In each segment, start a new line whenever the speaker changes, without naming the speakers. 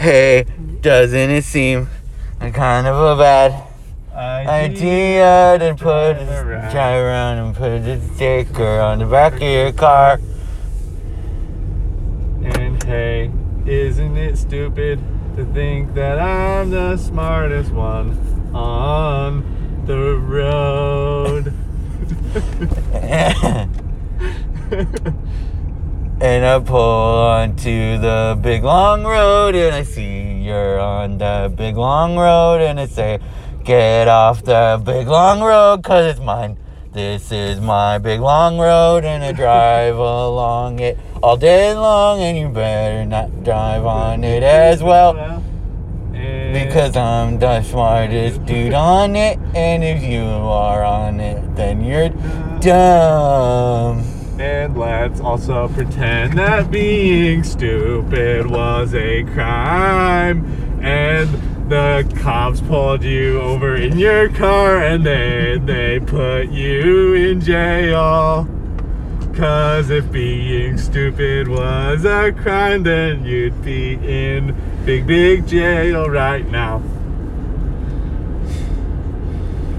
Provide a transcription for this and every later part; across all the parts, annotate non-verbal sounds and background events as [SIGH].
Hey, doesn't it seem kind of a bad idea to put a try around and put a sticker on the back of your car? [LAUGHS]
And hey, isn't it stupid to think that I'm the smartest one on the road?
and I pull onto the big long road and I see you're on the big long road and I say, Get off the big long road cause it's mine. This is my big long road and I drive along it all day long and you better not drive [LAUGHS] on it as well.
And-
Because I'm the smartest dude on it, and if you are on it, then you're dumb.
And let's also pretend that being stupid was a crime. And the cops pulled you over in your car and then they put you in jail. Cause if being stupid was a crime, then you'd be in big, big jail right now.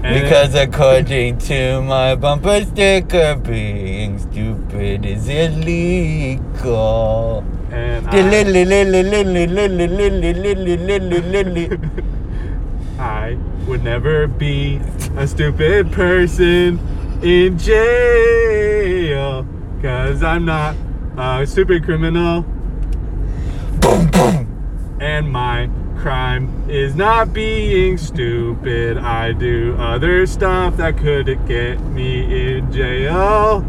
And-
Because according to my bumper sticker, being stupid is illegal. [LAUGHS]
and I-
Dililililililililililililililililili.
I would never be a stupid person in jail. Cause I'm not a stupid criminal.
Boom, boom.
And my crime is not being stupid. I do other stuff that could get me in jail.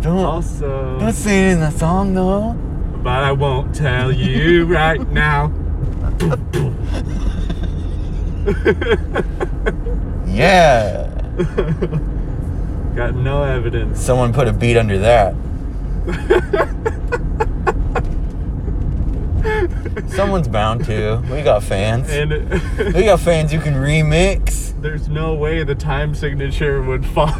Don't,
Also,
don't sing in the song though.
but I won't tell you right now.
Yeah.
Got no evidence.
Someone put a beat under that. Someone's bound to. We got fans.
And [LAUGHS]
We got fans who can remix.
There's no way the time signature would follow.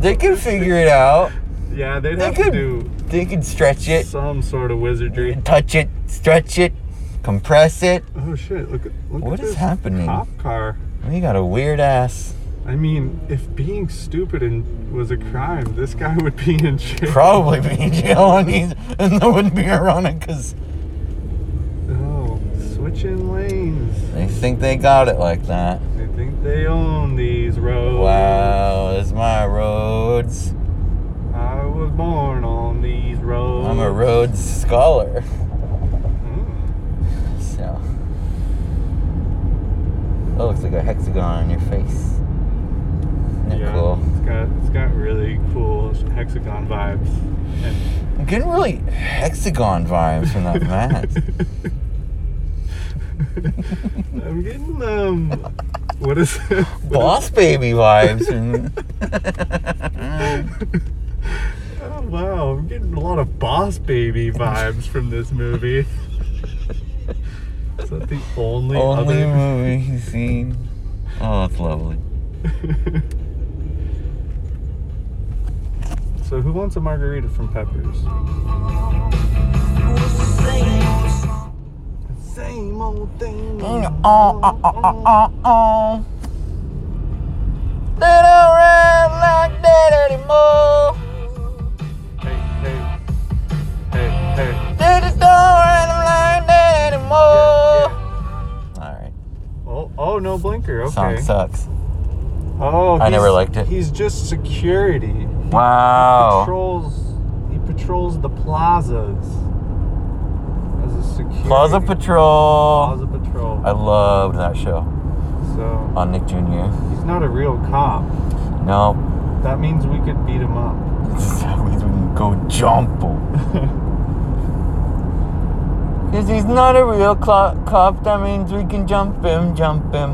They can figure it out.
[LAUGHS] yeah, they'd
They
have
could
to
They can stretch
do
it,
some sort of wizardry.
touch it, stretch it, compress it.
Oh shit! Look at look
What
at
is
this
happening?
cop car.
We got a weird ass.
I mean, if being stupid and was a crime, this guy would be in jail.
Probably be in jail and, he's, and that wouldn't be ironic because
oh, switching lanes.
they think they got it like that.
They think they own these roads.
Wow, it's my roads.
I was born on these roads.
I'm a Rhodes scholar.
Mm.
So. That looks like a hexagon on your face. Isn't it
Yeah,
cool?
it's got it's got really cool hexagon vibes. And
I'm getting really hexagon vibes from that
[LAUGHS]
mask.
I'm getting um, what is it? [LAUGHS]
Boss baby vibes. from-
Oh wow, I'm getting a lot of Boss Baby vibes from this movie. is that the only,
Only
other?
movie he's seen. Oh, that's lovely.
[LAUGHS] So who wants a margarita from Peppers? Same old thing.
Oh, oh, oh, oh, oh, oh. They don't ride like that anymore.
Hey, hey, hey, hey.
They just don't ride like that anymore. Alright.
Oh, oh no blinker. Okay.
Song sucks.
Oh,
I never
he's-
liked it. Oh.
He's just security.
Wow.
Patrols. He patrols the plazas. As a security.
Plaza Patrol.
Plaza patrol.
I loved that show
so
on Nick Jr.
he's not a real cop.
No.
That means we could beat him up. [LAUGHS]
we didn't go [LAUGHS] jump. Because he's not a real clo- cop, that means we can jump him, jump him.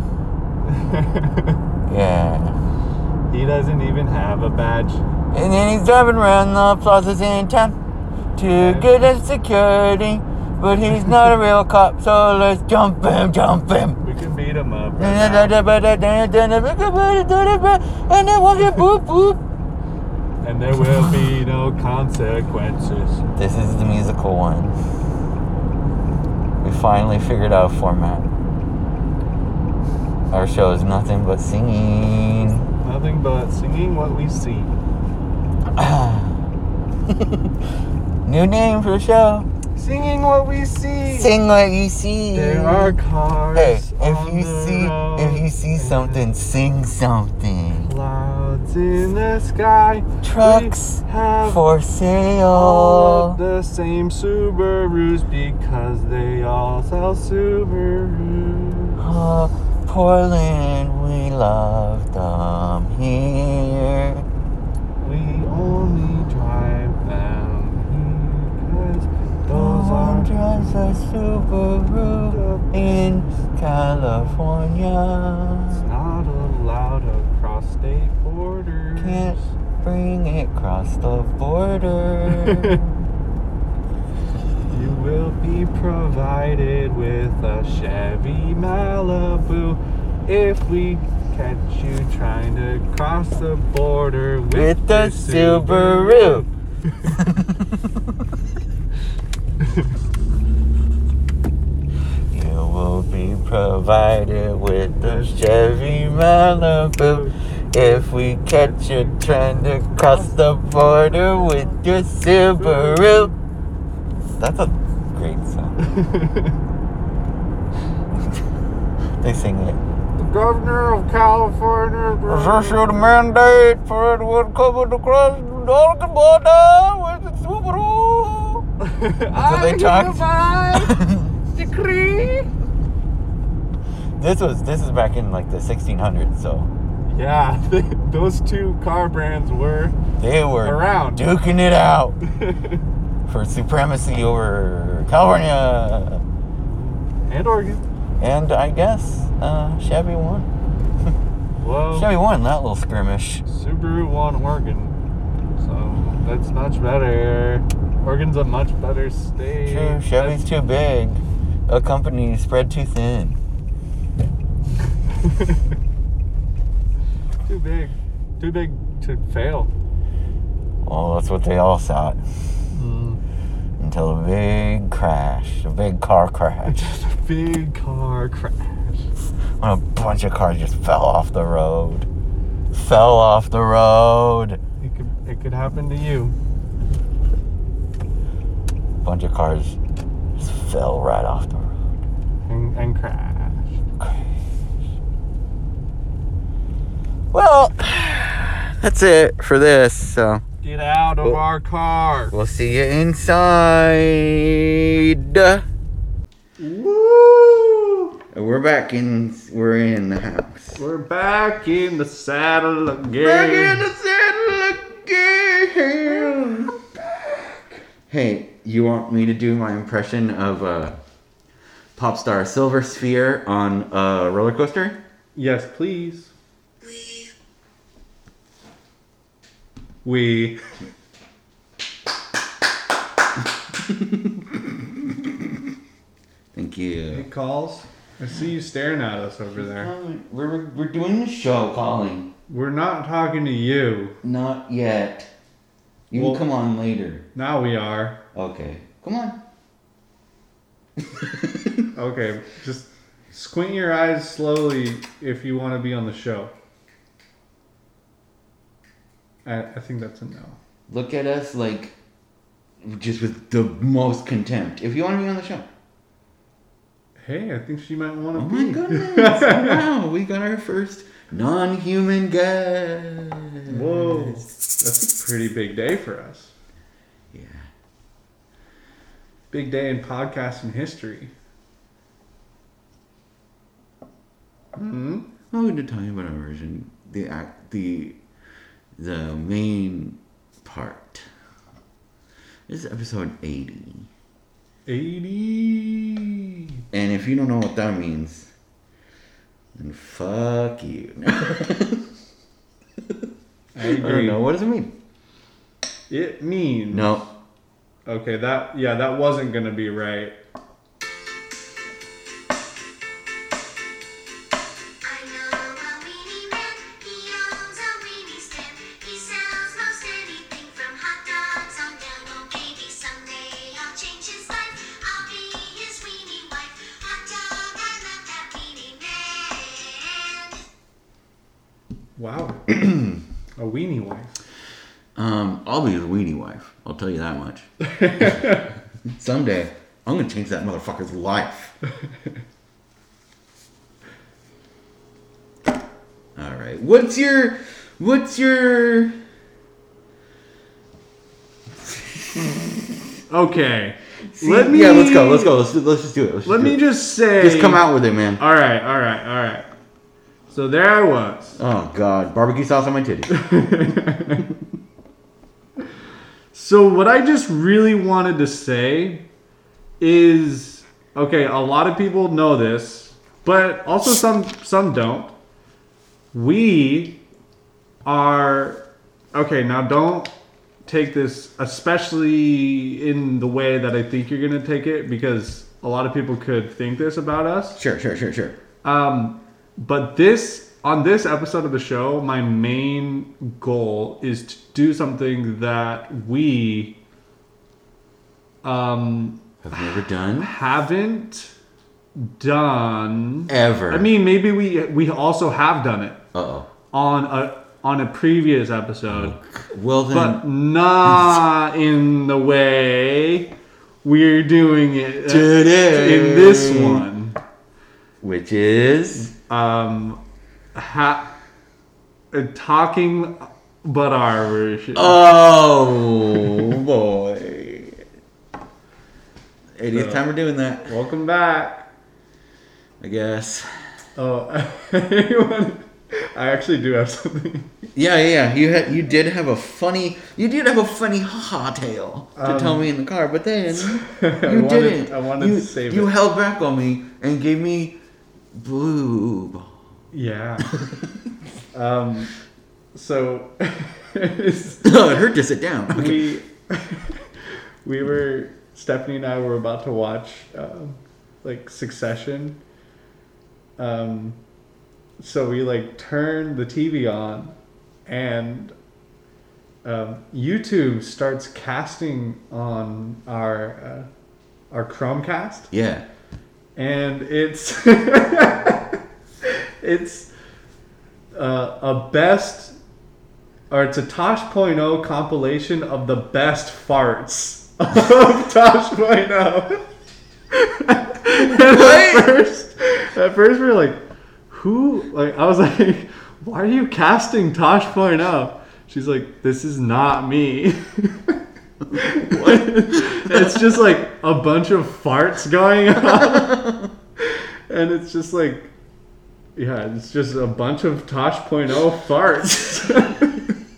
Yeah.
he doesn't even have a badge.
And then he's driving around the plazas in town to get at security. But he's not a real cop, so let's jump him, jump him.
We can beat him up. right now.
[LAUGHS] And then we'll get boop boop.
and there will be no consequences.
This is the musical one. We finally figured out a format. Our show is nothing but singing.
Nothing but singing what we see.
New name for the show.
Singing what we see.
Sing what you see.
There are cars.
Hey, if
on
you
the
see
road
if you see
and
something, sing something.
Clouds in the sky.
Trucks
We have
For
all
sale.
of the same Subarus because they all sell Subarus.
Oh, Portland, we love them here.
We only drive them because
No
those
one
are
drives a Subaru in California.
not allowed across state borders.
Can't bring it across the border.
You will be provided with a Chevy Malibu if we catch you trying to cross the border with,
With the
your
Subaru. you will be provided with the Chevy Malibu if we catch you trying to cross the border with your Subaru. That's a great song.
Subaru.
They sing it.
[LAUGHS] the governor
[LAUGHS]
of
This
California.
should mandate for it would come to cross the Oregon border with the Subaru. what they
I
talked. [LAUGHS]
hereby decree.
this was this is back in like the 1600s, so
Yeah, [LAUGHS] they, those two car brands were. [LAUGHS]
they were
Around.
duking it out for supremacy over California,
and Oregon.
and I guess uh, Chevy won.
Whoa.
Chevy won that little skirmish.
Subaru won Oregon. So that's much better. Oregon's a much better state.
True, Chevy's too big. A company spread too thin.
[LAUGHS] Too big. Too big to fail.
Oh, that's what they all thought Mm. until a big crash, a big car crash. [LAUGHS]
[LAUGHS] Just a big car crash.
when a bunch of cars just fell off the road. Fell off the road.
It could, it could happen to you.
bunch of cars just fell right off the road.
And, and crash.
Well, [SIGHS] that's it for this. So
Get out of
Well-
our car.
we'll see you inside.
Woo!
We're back in. We're in the house.
We're back in the saddle again.
Back in the saddle again. Hey, you want me to do my impression of uh, pop star Silver Sphere on a roller coaster?
yes, please. We.
Thank you.
It calls. I see you staring at us over there.
We're, we're doing the show, Colin.
We're not talking to you.
Not yet. You
Well-
can come on later.
Now we are.
Okay. Come on. [LAUGHS]
Okay, just squint your eyes slowly if you want to be on the show. I, I think that's a no.
Look at us like just with the most contempt. If you want to be on the show.
Hey, I think she might want
Oh
to
my
[LAUGHS] be.
goodness. wow, we got our first non human guest.
Whoa, that's a pretty big day for us.
Yeah.
Big day in podcasting history. Hmm.
I'm going to tell you about our version. The act, the, the main part. This is episode 80.
Eighty.
And if you don't know what that means, then fuck you. [LAUGHS]
I
I don't
agree.
know. What does it mean?
It means.
No.
Okay, that yeah, that wasn't gonna be right.
I know a weenie man. He owns a weenie stand. He sells most anything from hot dogs on down. Oh, maybe someday I'll change his life. I'll be his weenie wife.
Wow. [CLEARS THROAT] a weenie wife.
Um, I'll be his weenie wife. I'll tell you that [LAUGHS] much. Someday, I'm gonna change that motherfucker's life. All right. What's your, what's your?
Okay. let me.
Yeah, let's go. Let's go. Let's let's just do it. Let's
Let
just do
me
it.
just say.
just come out with it, man.
All right. All right. All right. So there I was.
Oh God, barbecue sauce on my [LAUGHS] titty.
So what I just really wanted to say is okay, a lot of people know this, but also some some don't. We are okay, now don't take this especially in the way that I think you're going to take it because a lot of people could think this about us.
sure, sure, sure, sure.
Um, but this on this episode of the show, my main goal is to do something that we um,
I've never done
haven't done.
ever.
I mean, maybe we we also have done it
uh oh.
on a on a previous episode,
Well then,
but not in the way we're doing it uh,
Today.
in this one.
which is
um, ha- uh, talking but our version.
oh boy. 80th time we're doing that,
Welcome back.
I guess.
Oh, [LAUGHS] I actually do have something. [LAUGHS]
Yeah, yeah, yeah. You had, you did have a funny, you did have a funny haha tale to tell me in the car, but then you
wanted-
didn't.
Um, I wanted
you,
to save
You
it.
held back on me and gave me blue balls.
Yeah. [LAUGHS] um, so
[COUGHS]
[LAUGHS]
it hurt to sit down. Okay.
we [LAUGHS] we were Stephanie and I were about to watch um, like Succession. Um, so we like turned the TV on, and um, YouTube starts casting on our uh, our Chromecast, [LAUGHS]
Yeah.
and it's [LAUGHS] it's uh, a best or it's a Tosh.0 compilation of the best farts [LAUGHS] of Tosh.0. [LAUGHS] and
What?
at first, at first we were like, who? Like I was [LAUGHS] like, why are you casting Tosh.0? She's like, this is not me. [LAUGHS] it's just like a bunch of farts going on. and it's just like yeah, it's just a bunch of Tosh.0 farts. [LAUGHS]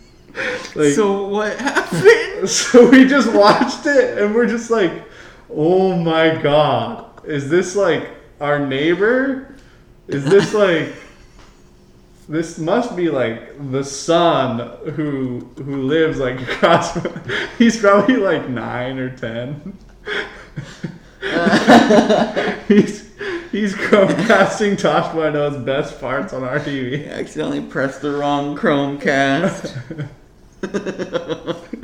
like, so,
so what happened? [LAUGHS]
[LAUGHS] so we just watched it and we're just like, oh my god, is this like our neighbor? Is this like, this must be like the son who who lives like [LAUGHS] across. from- He's probably like nine or ten. [LAUGHS] he's he's [LAUGHS] casting Tosh Wino's best farts on our TV.
I accidentally pressed the wrong Chromecast.
[LAUGHS]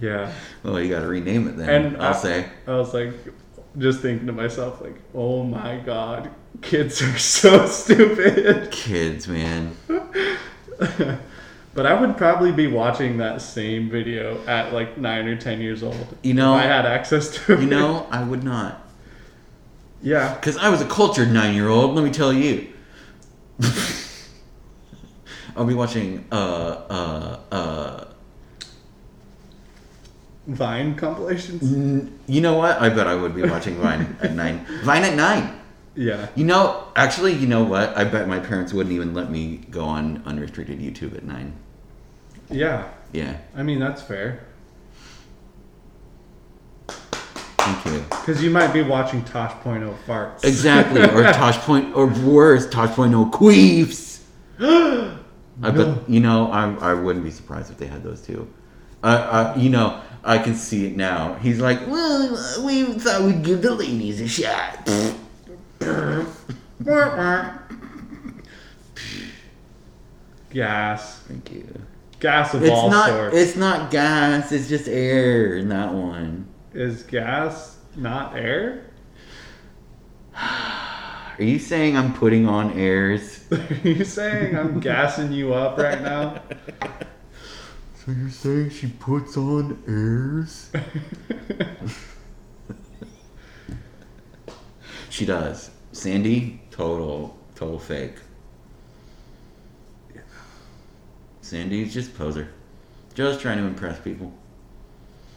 Yeah.
[LAUGHS] well, you gotta rename it then.
And
I'll
I-
say.
I was like, just thinking to myself, like, oh my god, kids are [LAUGHS] so stupid. [LAUGHS]
Kids, man.
But I would probably be watching that same video at like nine or ten years old.
You know-
if I had access to.
You
it.
know, I would not.
[LAUGHS] Yeah.
Because I was a cultured nine year old, let me tell you. [LAUGHS] I'll be watching, uh, uh, uh.
Vine compilations.
n- You know what? I bet I would be watching Vine at [LAUGHS] nine. Vine at nine!
Yeah.
You know, actually, you know what? I bet my parents wouldn't even let me go on unrestricted YouTube at nine.
Yeah.
Yeah,
I mean that's fair.
thank you.
Because you might be watching Tosh.0 farts.
Exactly, or Tosh Point, or worse, Tosh Point oh Queefs. I bet you know I I wouldn't be surprised if they had those too. I I you know I can see it now. He's like, well, we thought we'd give the ladies a shot. [LAUGHS]
[LAUGHS] Gas.
Thank you.
Gas of
It's
all
not
sorts.
it's not gas. It's just air in that one.
[LAUGHS] Is gas not air?
I Are you saying I'm putting on airs?
Are you saying I'm gassing you up right now?
So you're saying she puts on airs? she does. Sandy, total, total fake. Sandy's just poser. Just trying to impress people.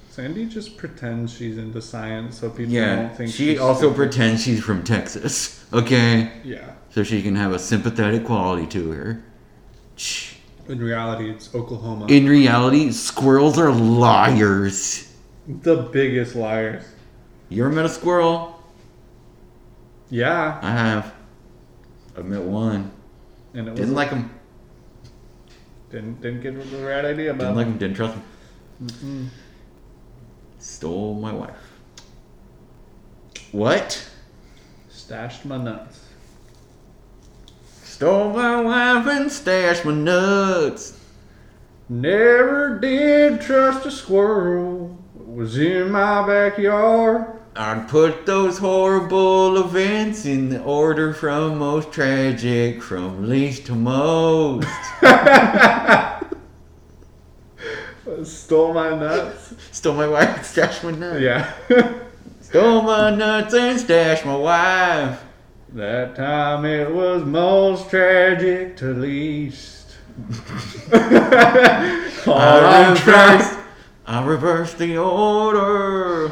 Sandy just pretends she's into science so people
Yeah,
don't think
she
she's
also
stupid.
pretends she's from Texas. [LAUGHS] Okay,
yeah.
so she can have a sympathetic quality to her. Shh.
In reality, it's Oklahoma.
In reality, squirrels are liars.
the biggest liars.
You ever met a squirrel?
Yeah,
I have. I've met one.
and it was
Didn't like him.
didn't didn't get the right idea about
Didn't like him. Didn't trust him. Stole my wife. What?
stashed my nuts.
Stole my wife and stashed my nuts.
Never did trust a squirrel. It was in my backyard.
I put those horrible events in the order from most tragic, from least to most.
Stole my nuts.
Stole my wife and stashed my nuts.
yeah. [LAUGHS]
Stole my nuts and stashed my wife.
that time it was most tragic to least. [LAUGHS] All
I
I'm trying.
reversed, I reversed the order.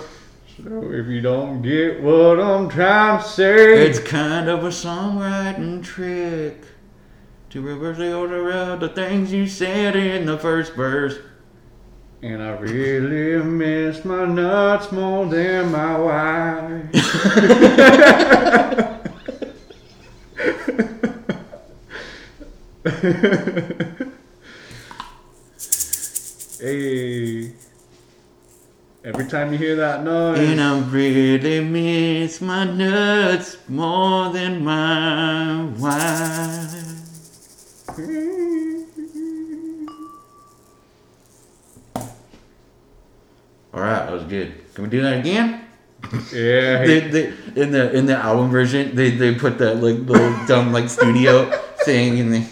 So if you don't get what I'm trying to say,
It's kind of a songwriting trick to reverse the order of the things you said in the first verse.
and I really miss my nuts more than my wife. [LAUGHS] hey. Every time you hear that noise,
and I really miss my nuts more than my wife. All right, that was good. Can we do that again?
yeah,
they, they, in the in the album version, they, they put that like little dumb like studio thing in the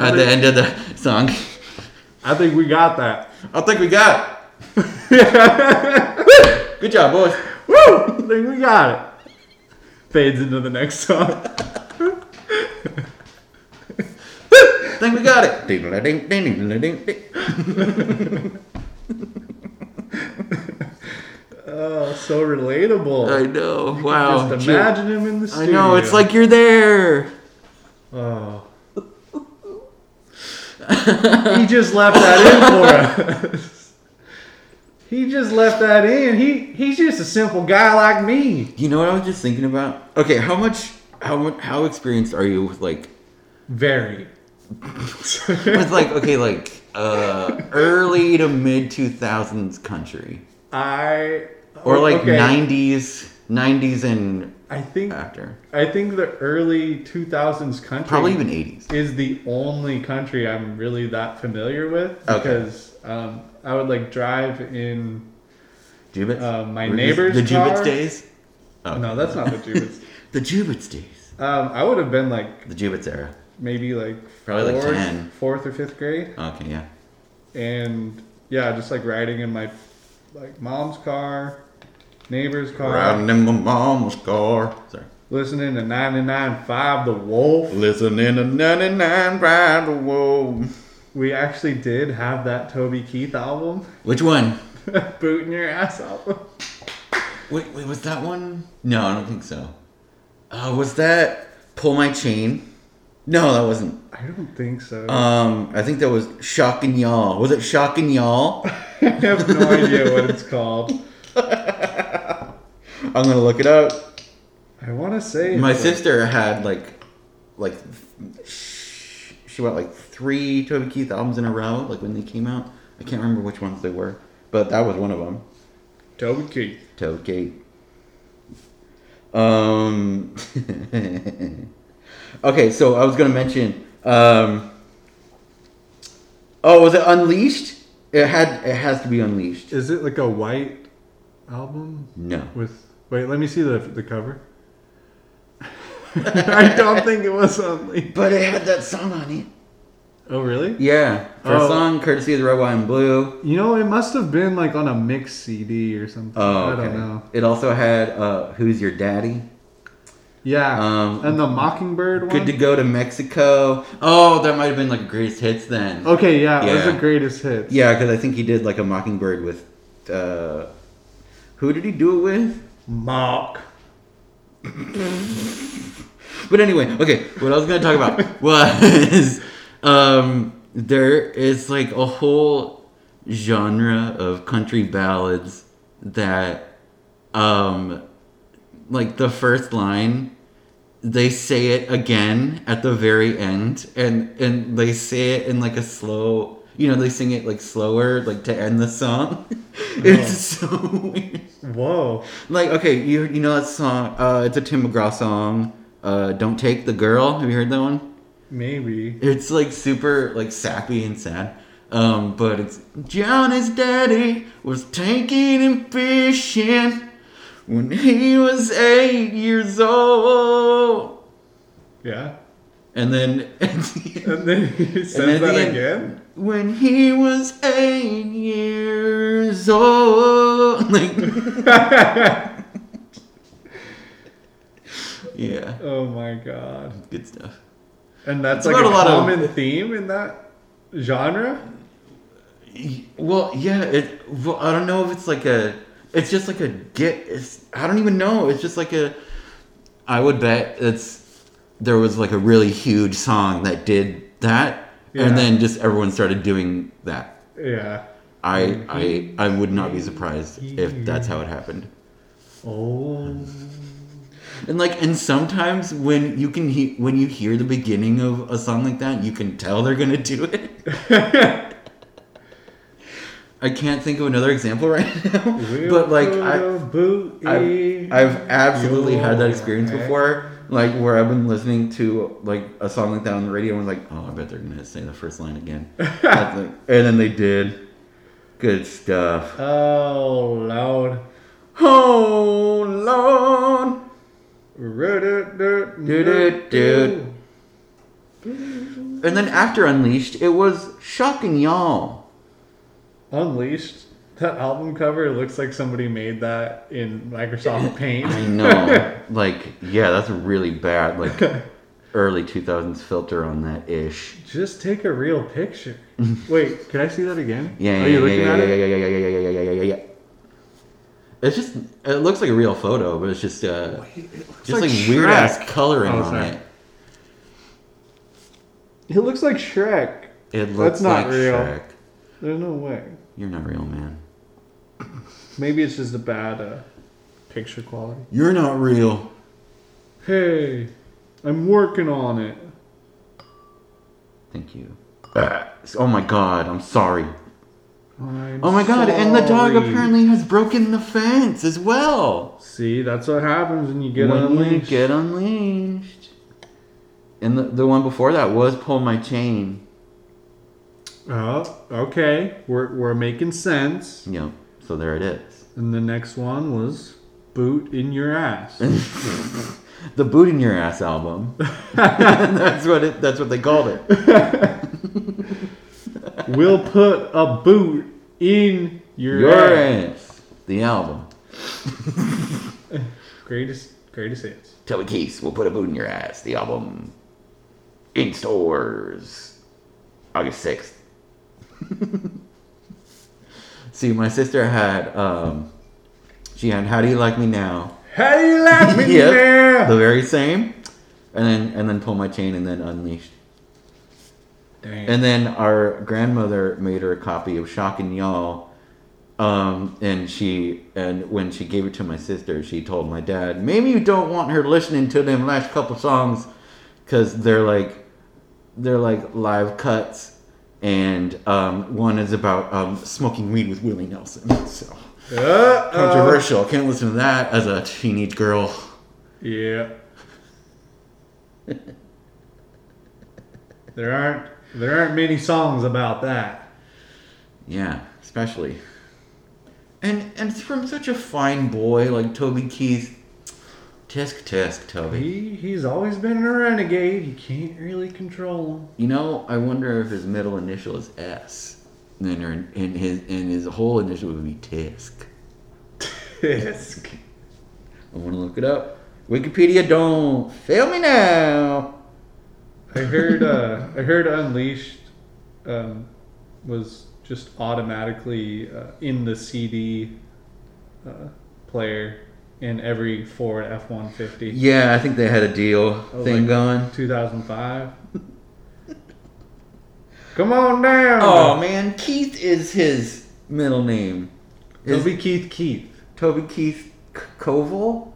at the end of the song.
I think we got [LAUGHS] that.
I think we got it. Good job, boys.
Woo! I think we got it. Fades into the next song.
I think we got it. Ding-a-ding, ding-a-ding, ding.
Oh, so relatable.
I know. Wow.
Just
Jim.
imagine him in the
Oh, I
studio.
know. It's like you're there.
Oh. [LAUGHS] he just left that in
[LAUGHS]
for us. He just left that in. He he's just a simple guy like me.
You know what I was just thinking about? Okay, how much how much how experienced are you with like [LAUGHS]
Very.
with like okay like uh early to mid two thousands country?
I
or like
okay,
90s 90s and
I think
after
I think the early 2000s country
probably even 80s
is the only country I'm really that familiar with
Okay.
because um, I would like drive in.
Jubits?
Uh, my
Were these
neighbor's
the Jubits
car-
days oh
No, that's not the Jubits.
[LAUGHS] the Jubits days
um, I would have been like
the Jubits era
maybe like
Probably like
fourth,
10.
fourth or fifth grade.
okay yeah
and yeah, just like riding in my like mom's car, neighbor's car,
riding in my mama's car sorry
listening to 99.5 The Wolf.
listening to 99 ride the wall
We actually did have that Toby Keith album, [LAUGHS]
which one
Booting Your Ass album.
wait wait was that one no I don't think so uh was that pull my chain no that wasn't
I don't think so.
um I think that was shock and y'all was it shock and [LAUGHS] y'all
[LAUGHS] I have no idea what it's called.
I'm gonna look it up
I want to say
My
it's like-
sister had like, like, sh- she bought like three Toby Keith albums in a row, like when they came out. I can't remember which ones they were, but that was one of them.
Toby Keith.
Toby Keith. Um. [LAUGHS] okay, so I was gonna mention. Um, oh, was it Unleashed? It had. It has to be Unleashed.
Is it like a white album
No.
with? Wait, let me see the the cover. [LAUGHS] I don't think it was only.
But it had that song on it.
Oh, really?
Yeah, for
Oh.
a song courtesy of the Red, White, and Blue.
You know, it must have been like on a mix CD or something.
Oh,
I
okay.
don't know.
It also had uh, "Who's Your Daddy."
Yeah.
Um,
and the Mockingbird one.
Good to go to Mexico. Oh, that might have been like a greatest hits then.
Okay, yeah, it was
Yeah.
the greatest hits.
Yeah, because I think he did like a Mockingbird with. Uh, who did he do it with?
Mock.
But anyway, okay, what I was gonna talk about was um, there is like a whole genre of country ballads that, um, like the first line, they say it again at the very end, and and they say it in like a slow, you know, they sing it like slower, like to end the song. [LAUGHS] It's so weird.
Whoa.
Like, okay, you you know that song? Uh, it's a Tim McGraw song. Uh, "Don't Take the Girl." Have you heard that one?
Maybe.
It's like super like sappy and sad. Um, but it's Johnny's daddy was taking him fishing when he was eight years old,
Yeah. [LAUGHS]
and then [LAUGHS] at the end-
And then he
and
says
then at
that
the end,
again.
when he was eight years old. [LAUGHS] Like,
[LAUGHS]
yeah.
oh my god.
Good stuff.
And that's
It's
like a,
got a lot of-
common theme in that genre?
Well, yeah, it. Well, I don't know if it's like a. It's just like a get. It's, I don't even know. It's just like a. I would bet it's. There was like a really huge song that did that,
Yeah.
and then just everyone started doing that.
Yeah.
I I I would not be surprised if that's how it happened.
Oh.
And like, and sometimes when you can he- when you hear the beginning of a song like that, you can tell they're gonna do it. [LAUGHS] I can't think of another example right [LAUGHS] now, but like I, I've, I've absolutely had that experience before. Like where I've been listening to like a song like that on the radio, and I'm like, oh, I bet they're gonna say the first line again, [LAUGHS] That's like- and then they did. Good stuff.
Oh, loud.
Oh Lord.
Ru-du-du-du-du.
And then after Unleashed, it was shocking y'all.
Unleashed. That album cover looks like somebody made that in
[LAUGHS]
Microsoft Paint.
I know. [LAUGHS] like, yeah, that's really bad. Like,
[LAUGHS]
early 2000s filter on that ish.
Just take a real
[LAUGHS]
picture. Wait, can I see that again?
Yeah, yeah,
Are you
yeah,
looking
yeah,
at
yeah,
it?
yeah, yeah, yeah, yeah, yeah, yeah, yeah, yeah, yeah. It's just, it looks like a real photo, but it's just, uh, just like,
like
weird ass
Shrek.
coloring
Oh,
on
sorry.
it.
It looks like Shrek.
It looks like
not real.
Shrek.
There's no way.
You're not real, man.
Maybe it's just a bad uh, picture quality.
You're not real.
Hey, I'm working on it.
Thank you.
Ah.
Oh my god, I'm sorry.
I'm
Oh my god, and the dog
sorry.
apparently has broken the fence as well.
See, that's what happens when you get
when
unleashed.
you get unleashed. And the, the one before that was Pull My Chain.
Oh, okay. We're, we're making sense.
Yep, so there it is. [LAUGHS]
And the next one was Boot in Your Ass.
[LAUGHS] The Boot in Your Ass album. [LAUGHS] that's what it, that's what they called it.
we'll put a boot in your,
Your
ass.
Ass. The album.
Greatest, greatest hits.
Toby Keith will put a boot in your ass. The album. In stores. August 6th. [LAUGHS] See, my sister had, um, she had How Do You Like Me Now? [LAUGHS]
Hey, let me
Yep,
there.
The very same. And then, and then Pull My Chain and then Unleashed.
Dang.
And then our grandmother made her a copy of Shock and Y'all. Um, and she and when she gave it to my sister, she told my dad, maybe you don't want her listening to them last couple songs because they're like they're like live cuts and um, one is about um, smoking weed with Willie Nelson. So
Uh-oh.
controversial. Can't listen to that as a teenage girl. [LAUGHS]
Yeah. there aren't there aren't many songs about that.
Yeah, especially. And and it's from such a fine boy like Toby Keith. Tisk tisk, Toby.
He he's always been a renegade. You can't really control him.
You know, I wonder if his middle initial is S, and then her, and his and his whole initial would be Tisk.
Tisk.
I want to look it up. Wikipedia, don't fail me now.
I heard uh, I heard Unleashed um, was just automatically uh, in the CD uh, player in every Ford F one fifty.
Yeah, I think they had a deal
Oh,
thing
like-
going.
Two thousand five. Come on down.
Oh man, Keith is his middle name. Is
Toby Keith Keith.
Toby Keith C- Koval?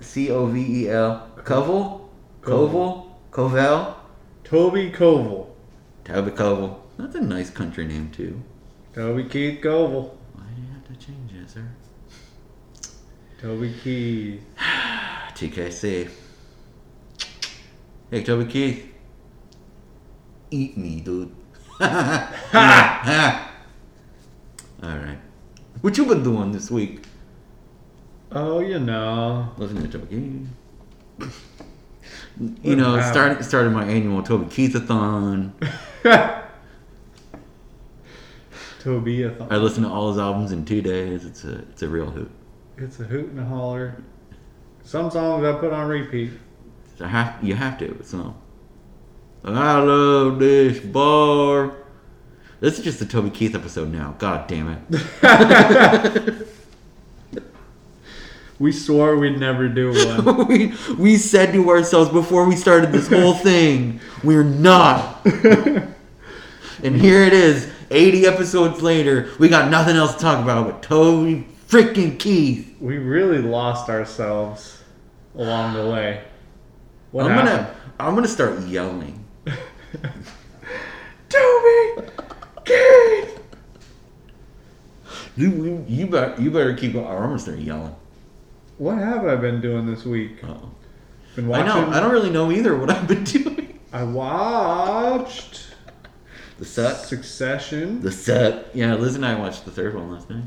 C O V E L. Koval? Koval? Kovel?
Toby Koval.
Toby Koval. That's a nice country name, too.
Toby Keith Koval.
Why do you have to change it, sir?
Toby Keith.
Ah, TKC. Hey, Toby Keith. Eat me, dude. [LAUGHS] Alright. What you been doing this week?
Oh, you know.
Listening to Toby Keith. You
What
know,
about-
started started my annual Toby Keithathon.
[LAUGHS] Toby, I thought
I listened to all his albums in two days. It's a it's a real hoot.
it's a hoot and a holler. Some songs I put on repeat.
So I have you have to with some. I love this bar. This is just the Toby Keith episode now. God damn it.
We swore we'd never do
[LAUGHS]
one.
we we said to ourselves before we started this whole thing, we're not. and here it is, 80 episodes later. We got nothing else to talk about but Toby freaking Keith.
we really lost ourselves along the way. What
I'm gonna
happened?
I'm gonna start yelling.
Toby Keith.
You you, you better you better keep going. I'm gonna start yelling.
What have I been doing this week?
Uh-oh.
Been
I
watching.
know. I don't really know either what I've been [LAUGHS] doing.
I watched
The set.
Succession.
The set. Yeah, Liz and I watched the third one last night.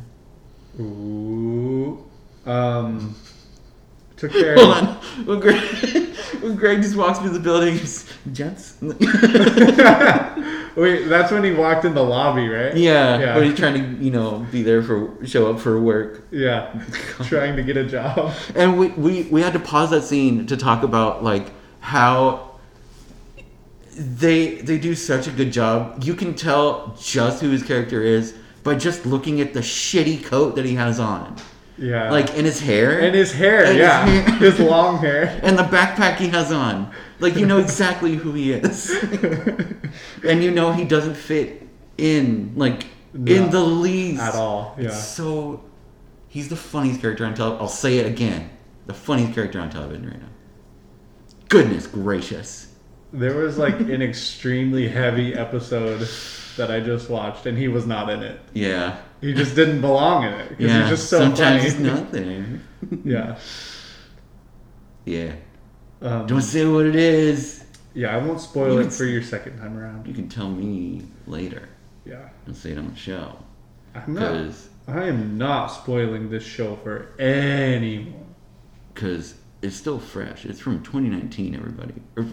Ooh. Um.
[LAUGHS]
Took care.
Hold on. When Greg, [LAUGHS] when Greg just walks through the building, he's, gents. [LAUGHS]
[LAUGHS] Wait, that's when he walked in the lobby, right?
yeah,
Yeah.
Or he's trying to, you know, be there for show up for work.
[LAUGHS]
[LAUGHS]
Yeah. Trying to get a job.
And we, we we had to pause that scene to talk about like how they they do such a good job. You can tell just who his character is by just looking at the shitty coat that he has on.
Yeah.
Like in his hair.
and his hair,
and his
yeah. [LAUGHS]
hair.
His long hair.
[LAUGHS]
[LAUGHS]
and the backpack he has on. Like you know exactly who he
[LAUGHS]
is, and you know he doesn't fit in like
No,
in the least
At all. Yeah.
So he's the funniest character on television. I'll say it again: the funniest character on television right now. Goodness gracious!
There was like an extremely heavy episode that I just watched and he was not in it.
Yeah,
He just didn't belong in it. Because
yeah.
he's just so
Sometimes
funny.
he's not there.
[LAUGHS] Yeah.
Yeah.
Um,
Don't say what it is.
yeah, I won't spoil
You
it
can
for
s-
your second time around.
You can tell me later.
Yeah.
Don't say it on the show.
I'm not
Because
I am not spoiling this show for anyone.
because it's still fresh. It's from 2019, everybody, [LAUGHS] or,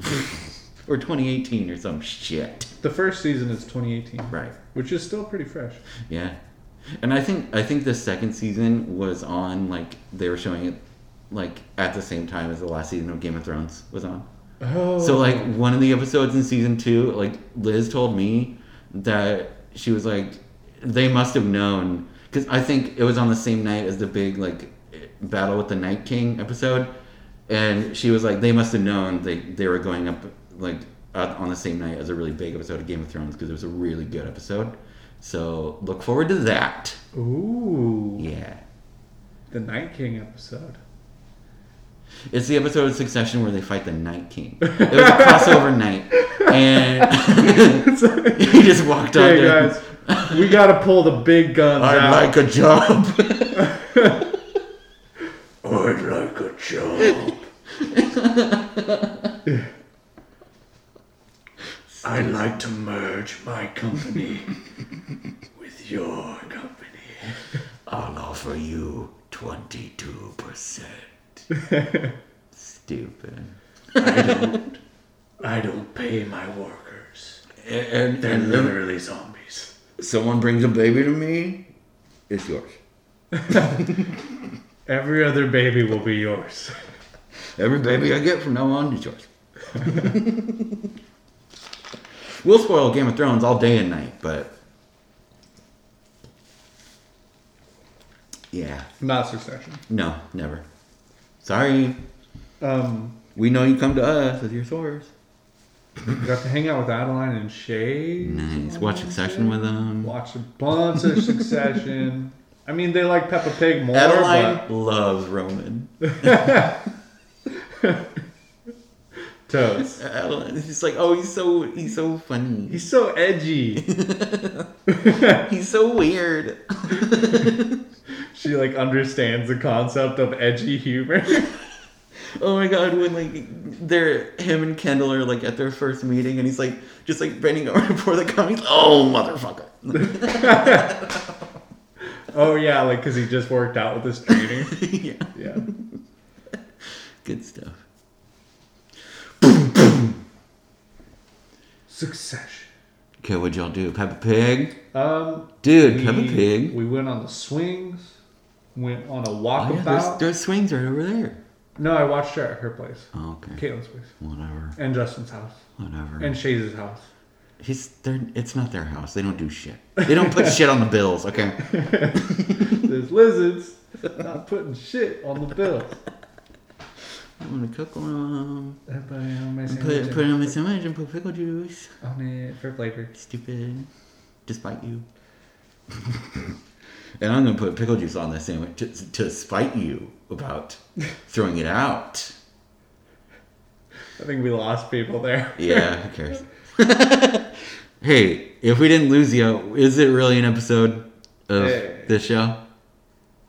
or 2018 or some shit.
The first season is 2018,
Right.
which is still pretty fresh.
Yeah, and I think I think the second season was on like they were showing it like at the same time as the last season of Game of Thrones was on.
Oh.
So like one of the episodes in season two, like Liz told me that she was like, they must have known because I think it was on the same night as the big like battle with the Night King episode, and she was like, they must have known they they were going up like uh, on the same night as a really big episode of Game of Thrones because it was a really good episode. So look forward to that.
Ooh.
Yeah.
The Night King episode.
[LAUGHS]
It's the episode of Succession where they fight the Night King. It was a crossover [LAUGHS] night, and [LAUGHS] he just walked on
Okay,
there.
guys, we gotta pull the big guns
I'd
out.
like a [LAUGHS] job. I'd like a job.
I'd like to merge my company with your company.
I'll offer you twenty-two percent. Stupid.
I don't. I don't pay my workers.
[LAUGHS] And,
They're
Mm-hmm.
literally zombies.
someone brings a baby to me, it's yours.
Every other baby will be yours. [LAUGHS]
Every baby I get from now on is yours. [LAUGHS] we'll spoil Game of Thrones all day and night, but yeah,
Not Succession.
no, never. Sorry,
Um,
we know you come to us with your source.
you got to hang out with Adeline and Shay.
Mm.
Nice. Watch Succession with them.
Watch a bunch of
[LAUGHS]
Succession. I mean, they like Peppa Pig more.
Adeline loves Roman.
but totes.
Adeline, she's like, oh, he's so he's so funny.
He's so
[LAUGHS]
edgy.
[LAUGHS] He's so weird. [LAUGHS]
she like understands the concept of edgy humor. [LAUGHS]
Oh my god, when like they're him and Kendall are like at their first meeting and he's like just like bending [LAUGHS] over before the comics. Oh motherfucker. [LAUGHS]
oh yeah, like because he just worked out with his trainer.
yeah.
[LAUGHS] Yeah.
Good stuff.
Succession.
Okay, what'd y'all do? Peppa Pig?
Um,
Dude,
we,
Peppa Pig.
We went on the swings. Went on a
Oh, yeah, there's,
walkabout.
there's swings right over there.
no, I watched her at her place,
Oh, okay.
Caitlin's place,
Whatever.
and Justin's house,
Whatever.
and Shays' house.
He's they're, it's not their house. They don't do shit. They don't put shit on the bills, okay?
There's lizards not putting shit on the bill.
I'm gonna cook them.
Everybody on my sandwich
Put put them in sandwich and put pickle juice.
on it for flavor.
Stupid. Despite you. [LAUGHS] and I'm going to put pickle juice on this sandwich to, to spite you about throwing it out.
I think we lost people there.
Yeah, who cares? [LAUGHS] hey, if we didn't lose you, is it really an episode of
Hey.
this show?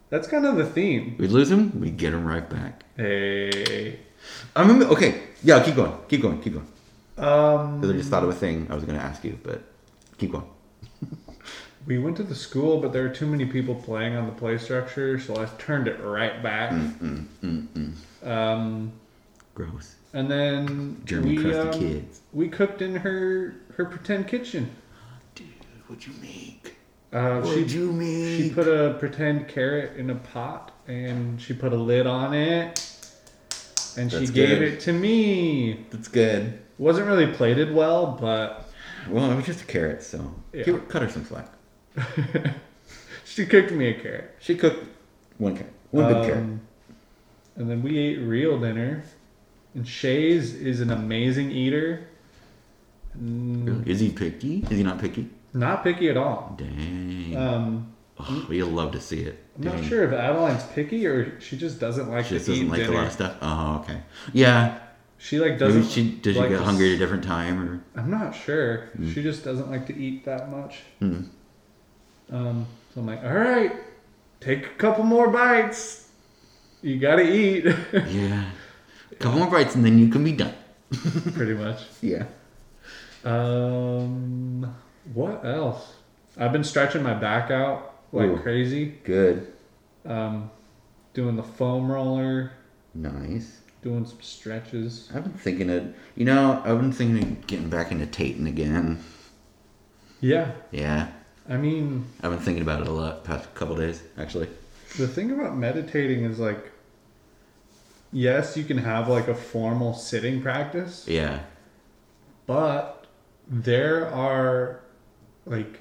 That's kind of the theme.
We lose him, we get him right back.
Hey.
I remember, okay, yeah, keep going, keep going, keep going.
Um,
'Cause I just thought of a thing I was going to ask you, but keep going.
we went to the school, but there were too many people playing on the play structure, so I turned it right back.
Mm,
Um,
Gross.
and then
German
we,
crusty
um,
kids.
we cooked in her her pretend kitchen.
Dude, what'd you make?
Uh, she
What'd you make?
She put a pretend carrot in a pot and she put a lid on it. And she
That's
gave
good.
it to me.
That's good.
Wasn't really plated well, but
Well, it was just a carrot, so
Yeah.
give her, cut her some slack.
she cooked me a carrot.
She cooked one carrot, one big carrot.
Um, And then we ate real dinner. And Shays is an amazing eater. Mm,
Is he picky? Is he not picky?
Not picky at all.
Dang.
Um,
oh, we love to see it.
I'm not
Dang.
sure if Adeline's picky or she just doesn't like
She just
to eat
doesn't like
dinner.
a lot of stuff. Oh, okay. Yeah.
She like doesn't.
Maybe she did. She
like
get
to
hungry Hmm. at a different time, or
I'm not sure. She just doesn't like to eat that much.
Hmm.
Um, so I'm like, all right, take a couple more bites. You gotta eat, [LAUGHS]
yeah. A couple more bites, and then you can be done.
pretty much.
Yeah.
Um, what else? I've been stretching my back out like
Ooh.
crazy.
Good.
Um, doing the foam roller,
Nice.
doing some stretches.
I've been thinking of you know I've been thinking of getting back into Tatum again.
Yeah,
Yeah.
I mean,
I've been thinking about it a lot past couple days actually.
The thing about meditating is like, yes, you can have like a formal sitting practice,
Yeah.
but there are like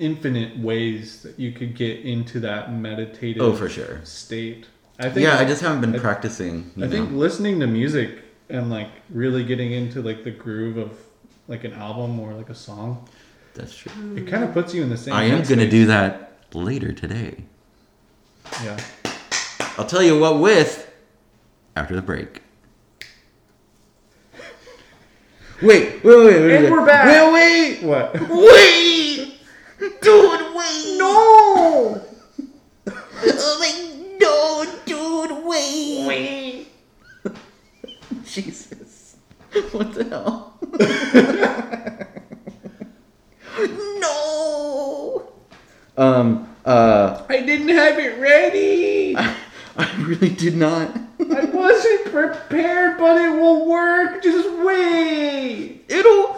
infinite ways that you could get into that meditative
Oh, for sure.
state. I think
yeah, I just haven't been
I-
practicing. You
I
know?
think listening to music and like really getting into like the groove of like an album or like a song,
that's true.
it kind of puts you in the same.
I am gonna
headspace.
do that later today.
Yeah.
I'll tell you what with after the break. Wait, wait, wait, wait, wait.
And we're back.
Wait,
What? [LAUGHS]
wait, wait, dude, wait. No. oh my, no, dude, wait. Wait. Jesus, [LAUGHS] what the hell? [LAUGHS] no. Um. Uh.
I didn't have it ready.
I really did not.
wasn't prepared, but it will work. Just wait.
It'll.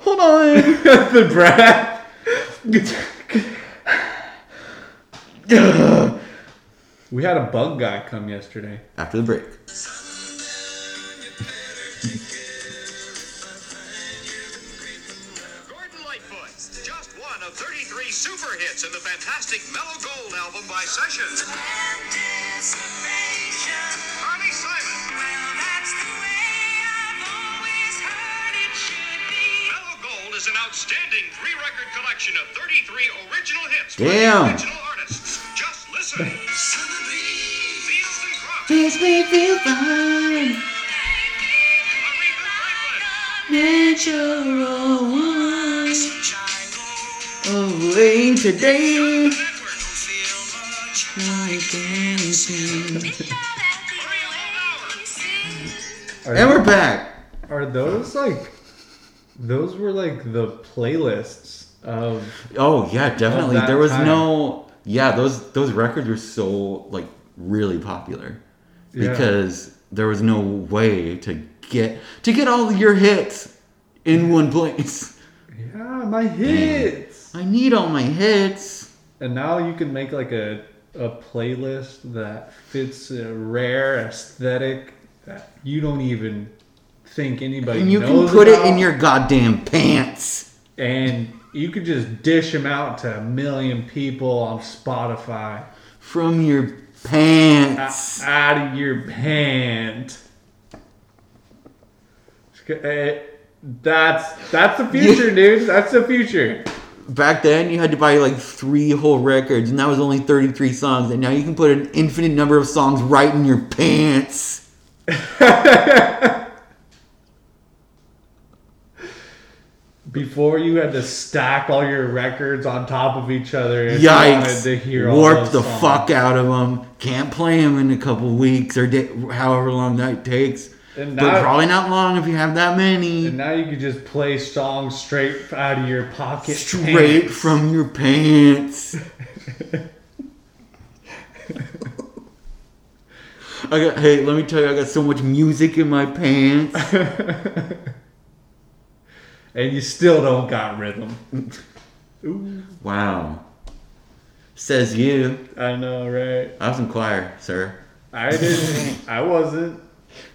Hold on.
[LAUGHS] the
[SIGHS]
brat. we had a bug guy come yesterday.
After the break.
Gordon Lightfoot, just one of 33 super hits in the fantastic Mellow Gold album by Sessions. Carly Simon, Mellow Gold is an outstanding three record collection of 33 original hits
Damn.
by original artists. Just listen. Fields
Makes
and Crofts,
me feel fine.
Aretha Franklin,
Natural Oh, wine. Away today.
Edwards,
I can sing.
Marie Lowell
Are,
Hour,
And we're back.
are those like? Those were like the playlists of
Oh yeah, definitely.
Of that
There was
time.
no yeah, those those records were so like really popular.
Yeah.
Because there was no way to get to get all your hits in one place.
yeah my hits.
I need all my hits.
And now you can make like a a playlist that fits a rare aesthetic that you don't even think anybody
And you can
knows
put it in
about.
your goddamn pants.
and you could just dish them out to a million people on Spotify
From your pants.
out of your pant. Eh, That's that's the
[LAUGHS]
future, dude. That's the future.
Back then, you had to buy like three whole records, and that was only 33 songs. And now you can put an infinite number of songs right in your pants.
Before you had to stack all your records on top of each other. if you wanted
Yikes!
to hear all
Warp
those
the
songs.
fuck out of them. Can't play them in a couple weeks or da- however long that takes.
And
but
now-
probably not long if you have that many.
And now you can just play songs straight out of your pocket.
Straight
pants.
from your
[LAUGHS]
pants. I got hey, let me tell you, I got so much music in my pants.
and you still don't got rhythm.
Wow. Says you.
I know, right?
I was in choir, sir.
I didn't. I wasn't.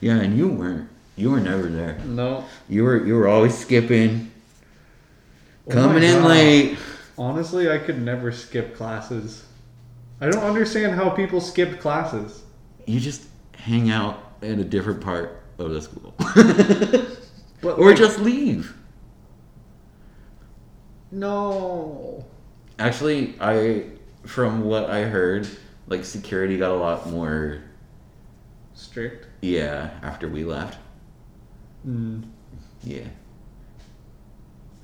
Yeah, and you weren't. You were never there.
No.
You were you were always skipping.
Oh
Coming
my
in
God.
late.
Honestly, I could never skip classes. I don't understand how people skip classes.
You just hang out in a different part of the school. [LAUGHS]
But
or
like,
just leave.
no.
Actually, I from what I heard, like security got a lot more
Strict.
yeah after we left.
Mm.
Yeah.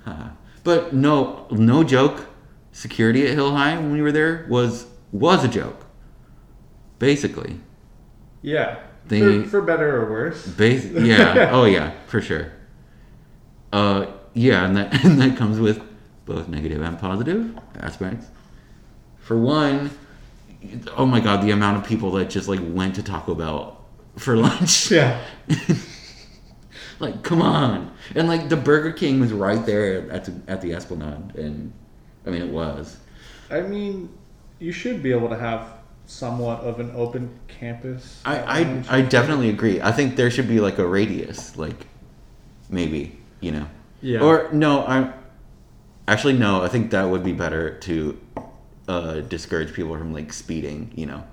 Haha. but no, no joke. Security at Hill High when we were there was was a joke. Basically,
Yeah.
They-
for, for better or worse.
Bas- yeah. oh yeah, for sure. Uh, yeah, and that [LAUGHS] and that comes with both negative and positive aspects. For one, oh my god, the amount of people that just like went to Taco Bell for [LAUGHS] lunch.
Yeah.
[LAUGHS] like, come on. And like the Burger King was right there at the, at the Esplanade, and I mean it was.
I mean, you should be able to have somewhat of an open campus.
I I, I definitely agree. I think there should be like a radius, like maybe you know.
Yeah. Uh,
Or no, I'm actually no. I think that would be better to uh, discourage people from like speeding. You know,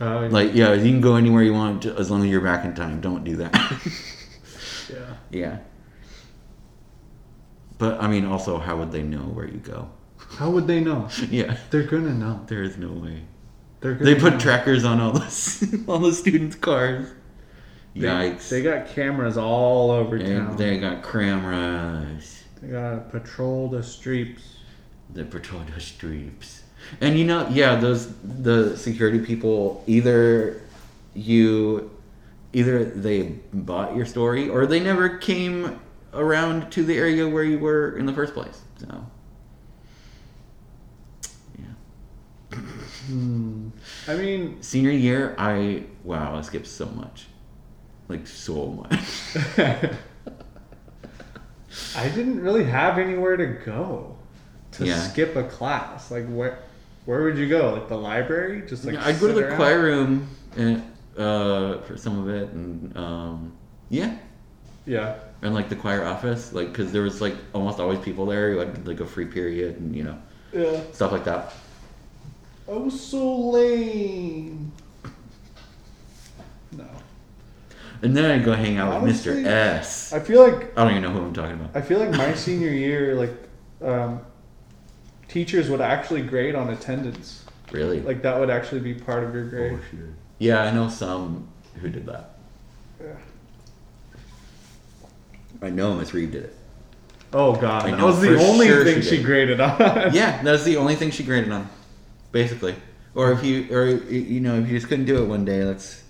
Uh,
like yeah, you can go anywhere you want to, as long as you're back in time. Don't do that. [LAUGHS]
yeah.
yeah. But I mean, also, how would they know where you
[LAUGHS]
go?
How would they know?
Yeah,
They're gonna know.
there is no way.
They're gonna
They put
know.
trackers on all the [LAUGHS] all the students' cars.
They-
Yikes!
They got cameras all over
They,
town.
they got cameras.
They gotta patrol the streets.
They patrol the streets. And you know, yeah, those the security people either you either they bought your story or they never came around to the area where you were in the first place. So yeah.
I mean,
Senior year, I wow, I skipped so much, like so
[LAUGHS]
much.
I didn't really have anywhere to go to
Yeah.
skip a class. Like where where would you go? Like the library? Just like
I'd go to
sit
the
around?
choir room and uh, for some of it, and um, yeah,
Yeah.
and like the choir office, like because there was like almost always people there who had like a free period and you know
Yeah.
stuff like that.
I was so lame. No.
And then I'd go hang out with
Honestly,
Mr. S.
I feel like
I don't even know who I'm talking about.
I feel like my senior year, like um, teachers would actually grade on attendance.
Really?
Like that would actually be part of your grade.
yeah, I know some who did that.
Yeah.
I know Miss Reed did it.
Oh god,
I
that
know
was the
for
only
sure
thing
she
she
did.
graded on.
Yeah, that's the only thing she graded on, basically. Or if you, or y- you know, if you just couldn't do it one day, that's.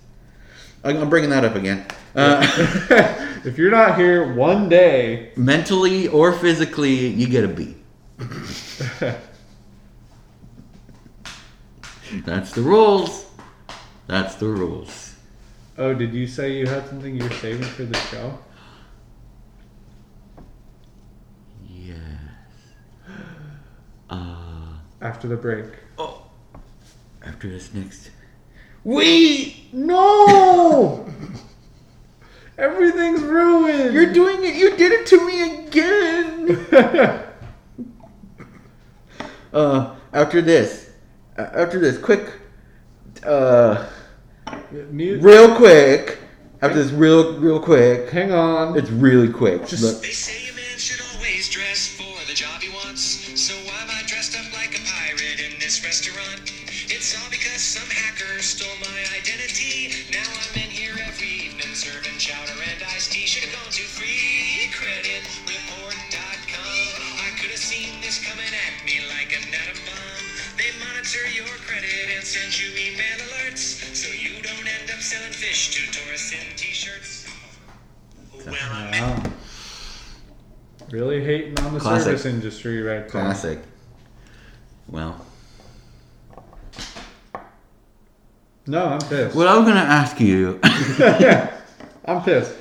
I'm I'm bringing that up again. Uh,
[LAUGHS] if you're not here one day,
[LAUGHS]
[LAUGHS]
mentally or physically, you get a B. That's the rules. That's the rules.
Oh, did you say you had something you were saving for the show?
Yeah. Uh,
After the break.
oh. After this next. Wait! [LAUGHS]
No! Everything's ruined!
You're doing it! You did it to me again! Uh, after this, uh, after this, quick, uh,
[LAUGHS] Mute.
real quick, after this, real, real quick.
Hang on.
It's really quick. Look,
They say a man should always dress for the job he wants. So why am I dressed up like a pirate in this restaurant? It's all because some hacker stole my identity. Now I'm in here every evening serving chowder and iced tea. Should have gone to freecreditreport.com. I could have seen this coming at me like an atom bomb. They monitor your credit and send you email alerts so you don't end up selling fish to tourists in t-shirts. Well, I'm
Wow. Really hating on the
Classic.
service industry right there.
classic. Well,
No, I'm pissed.
what I'm gonna ask you.
[LAUGHS]
[LAUGHS]
I'm pissed.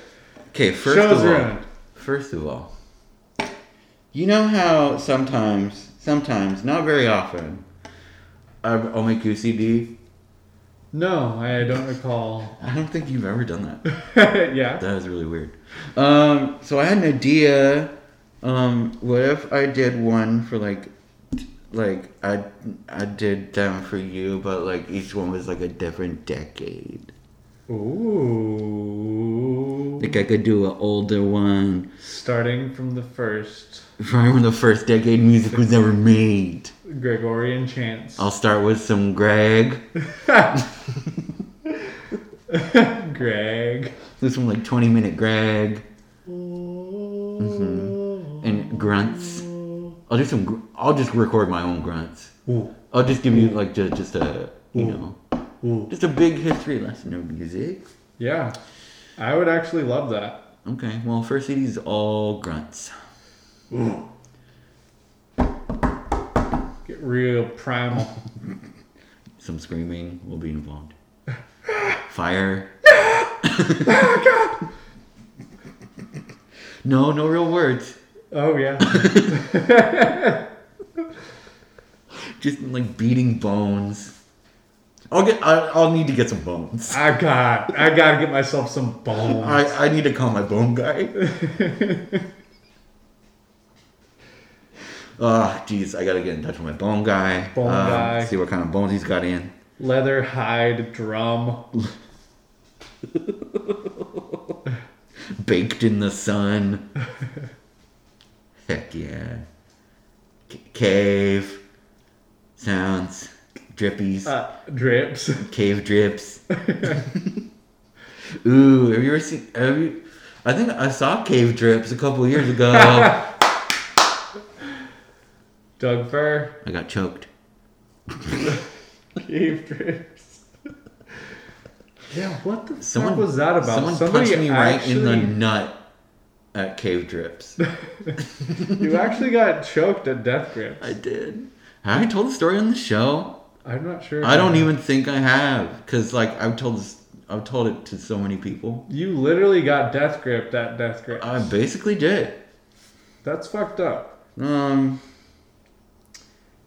okay, first
Show's
of all,
ruined.
first of all, you know how sometimes, sometimes, not very often, I- I'll make UCD.
No, I don't recall. [LAUGHS]
I don't think you've ever done that. [LAUGHS]
yeah.
That was really weird. Um, so I had an idea. Um, what if I did one for like, t- like I I did them for you, but like each one was like a different decade.
Ooh.
Like I could do an older one
Starting from the first
from when the first decade music was ever made.
Gregorian chants.
I'll start with some Greg.
Greg.
This one like twenty minute Greg. hmm And grunts. I'll do some. gr- I'll just record my own grunts.
Ooh.
I'll just give you like just, just a you know
Ooh.
just a big history lesson of music.
Yeah. I would actually love that.
Okay, well first CD is all grunts.
Get real
[LAUGHS]
primal.
Some screaming will be involved. Fire. no, no real words.
Oh yeah.
Just like beating bones. I'll get. I, I'll need to get some bones.
I got. I gotta get myself some bones.
I, I need to call my bone
[LAUGHS]
guy. Ah, jeez, I gotta get in touch with my bone guy.
Bone
um,
guy.
See what kind of bones he's got in.
Leather hide drum.
[LAUGHS] Baked in the
[LAUGHS]
sun. Heck yeah. C- cave sounds, drippies,
Uh, drips.
cave
[LAUGHS]
drips. [LAUGHS] Ooh, have you ever seen? Have you? I think I saw cave drips a couple years
[LAUGHS]
ago. I
Doug fur.
got choked.
Cave drips. Yeah. What the
Someone
fuck was that about?
Someone
Somebody
punched me right in the
actually-
nut at Cave
[LAUGHS]
Drips.
You actually got choked at death grips.
I did. Have I told the story on the show?
I'm not sure. if
I don't even think I have, cause like I've told this, I've told it to so many people.
You literally got death grip. That death grip.
I basically did.
That's fucked up.
Um,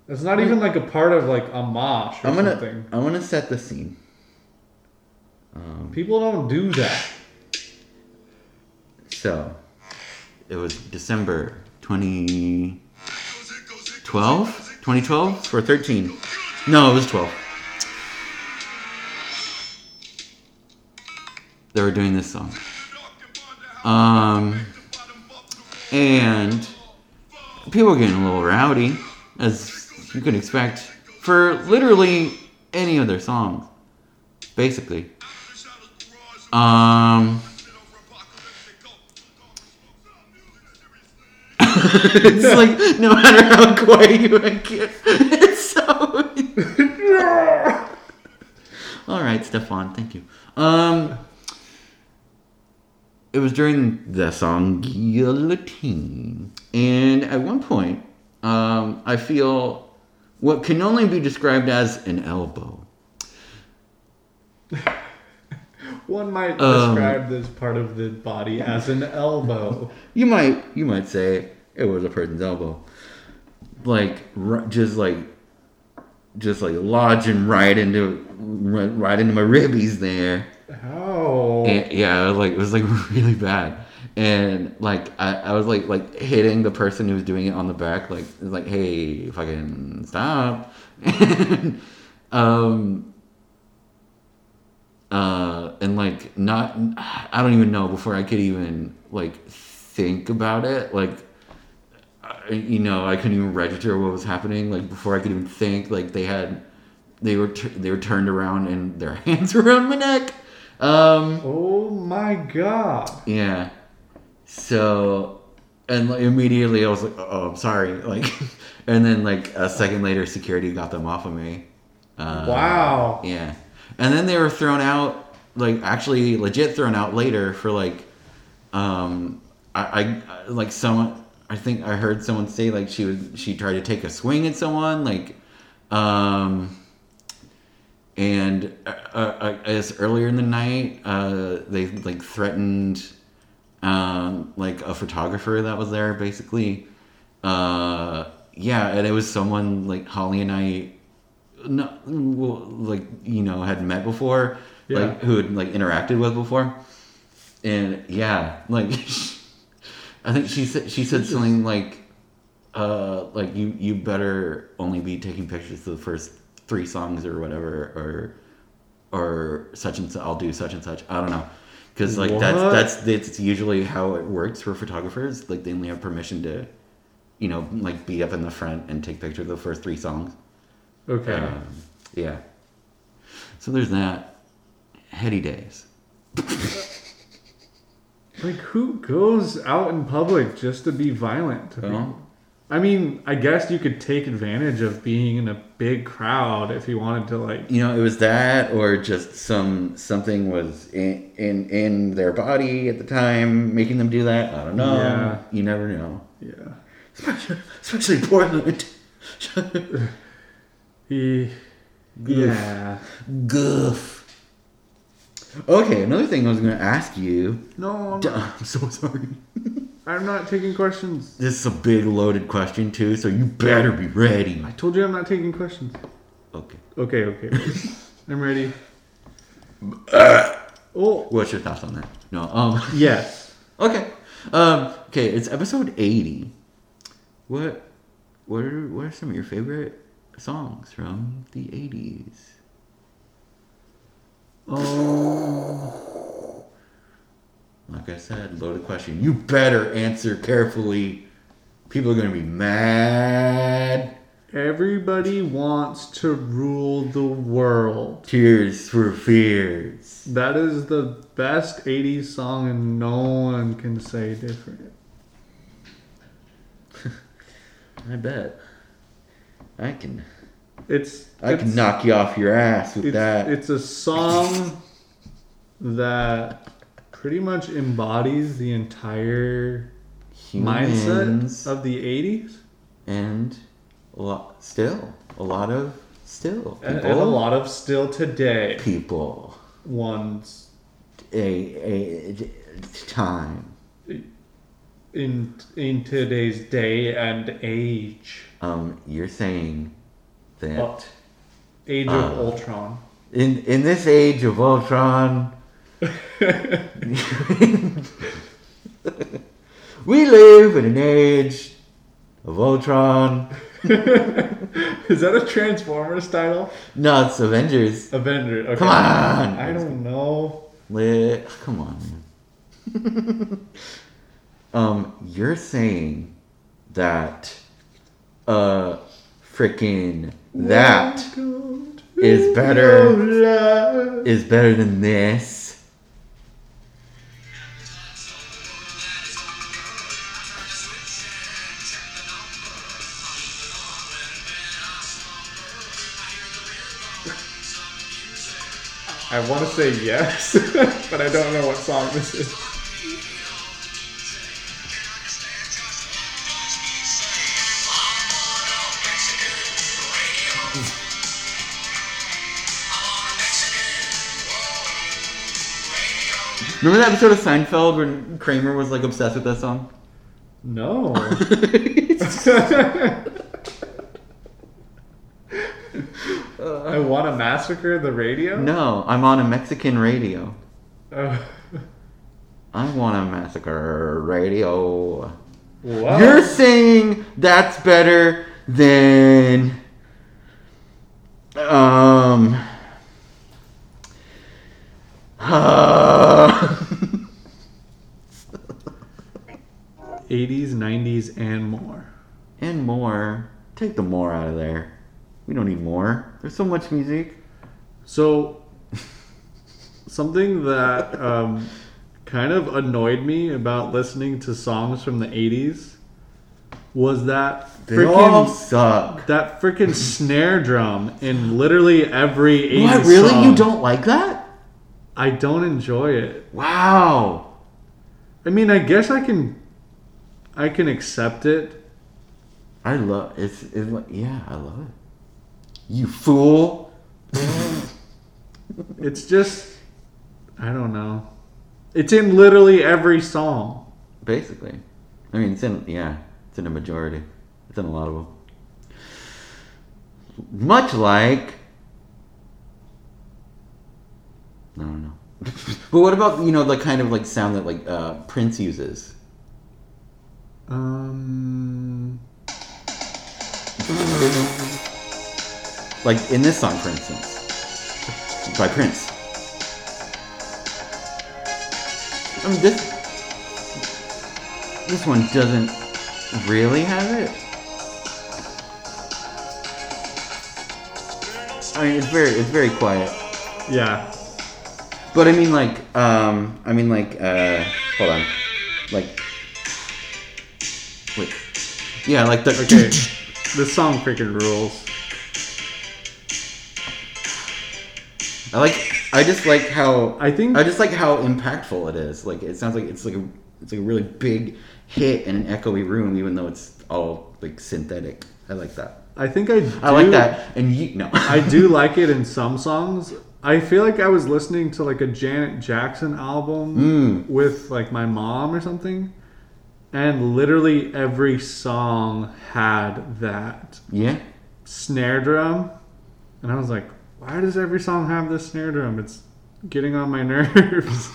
That's not even like a part of like a mosh or
I'm gonna,
something.
I want to set the scene.
People don't do that.
So, it was December 2012, 2012 or 13. No, it was 12. They were doing this song. Um, and people were getting a little rowdy, as you could expect, for literally any of their songs, basically. Um, it's like no matter how quiet you make it, it's so. All right, Stefan, thank you. Um, it was during the song Guillotine, and at one point, um, I feel what can only be described as an elbow.
One might
Um,
describe this part of the body as an elbow.
You might you might say it was a person's elbow, like r- just like just like lodging right into right right into my ribbies there.
How?
And, yeah, it was like it was like [LAUGHS] really bad. And like I, I was like like hitting the person who was doing it on the back, like it was like, hey, fucking stop. [LAUGHS] um uh and like not I don't even know before I could even like think about it, like I- you know, I couldn't even register what was happening. Like before I could even think, like they had, they were tu- they were turned around and their [LAUGHS] hands were around my neck. Um,
Oh my god.
yeah. So, and like, immediately I was like, "Oh, I'm sorry." [LAUGHS] Like, and then like a second later, security got them off of me. Uh,
Wow.
Yeah. And then they were thrown out, like actually legit thrown out later for like, um, I, I I- like someone. I think I heard someone say like she was she tried to take a swing at someone like, um. And uh, uh, I guess earlier in the night, uh, they like threatened, um, like a photographer that was there basically. Uh, yeah, and it was someone like Holly and I no, well, like you know had met before, like who had like interacted with before, and yeah, like [LAUGHS] I think she said she said something like, uh, like you you better only be taking pictures of the first three songs or whatever, or or such and such. I'll do such and such. I don't know, because like
What?
that's that's that's usually how it works for photographers. Like they only have permission to, you know, like be up in the front and take pictures of the first three songs.
Okay.
Um, yeah. So there's that. Heady days.
like who goes out in public just to be violent? to people? I mean, I guess you could take advantage of being in a big crowd if you wanted to like
you know, it was that, or just some something was in in, in their body at the time, making them do that. I don't know.
Yeah.
You never know.
yeah.
Especially Portland. [LAUGHS]
He Yeah.
Goof. Okay, another thing I was gonna ask you.
No, I'm
D-
not,
[LAUGHS] I'm so sorry.
I'm not taking questions.
This is a big loaded question too, so you better be ready.
I told you I'm not taking questions.
Okay.
Okay, okay. [LAUGHS]
[COUGHS]
I'm ready. Oh,
What's your thoughts on that? No. Um. [LAUGHS]
yes.
Okay. Um, okay, it's episode 80. What what are what are some of your favorite songs from the 80s? Oh. Like I said, loaded question. You better answer carefully. People are going to be mad.
Everybody wants to rule the world.
Tears for fears.
That is the best 80s song, and no one can say different.
I bet. I can
It's
I
it's,
can knock you off your ass with
it's,
that.
it's a song that pretty much embodies the entire mindset
Humans.
of the 80s.
and a lot, still a lot of Still,
And,
people.
and a lot of still today
people.
ones
A, a time.
in in today's day and age.
Um, you're saying that
Uh, Age
Oh.
of Ultron. [LAUGHS]
in in this age of Ultron, [LAUGHS] we live in an age of Ultron.
Is that a Transformers title?
No, it's Avengers.
Avenger. Okay.
Come on.
I don't know.
Li- Ah, Come on. man. um, you're saying that uh freaking that is better is better than this.
I want to say yes, [LAUGHS] but I don't know what song this is.
Remember that episode of Seinfeld when Kramer was like obsessed with that song? [LAUGHS]
No. I want to massacre the radio.
no, I'm on a Mexican radio.
Uh,
I want a massacre radio.
[LAUGHS] what?
You're saying that's better than um [LAUGHS] uh,
80s, 90s, and more.
and more. Take the more out of there. We don't need more. There's so much music.
So, something that um, kind of annoyed me about listening to songs from the 80s was that
They all
freaking
suck.
that freaking snare drum in literally every 80s
What really?
song.
You don't like that?
I don't enjoy it.
Wow.
I mean, I guess I can, I can accept it.
I love it's, it's like yeah, I love it. You fool.
It's just, I don't know. It's in literally every song.
Basically. I mean, it's in, yeah, it's in a majority. It's in a lot of them. Much like. I don't know. [LAUGHS] but what about, you know, the kind of like sound that like uh, Prince uses?
Um,
Like in this song, for instance, by Prince. I mean, this. This one doesn't really have it. I mean, it's very, it's very quiet.
yeah.
But I mean, like, um, I mean, like, uh, hold on, like, wait, yeah, like the.
Okay. this song freaking rules.
I like. I just like how.
I think-
I just like how impactful it is. Like it sounds like it's like a it's like a really big hit in an echoey room, even though it's all like synthetic. I like that.
I think I. Do,
I like that. And you no.
[LAUGHS] I do like it in some songs. I feel like I was listening to like a Janet Jackson
Hmm.
album with like my mom or something, and literally every song had that.
yeah.
snare drum, and I was like, why does every song have this snare drum? It's getting on my [LAUGHS] nerves.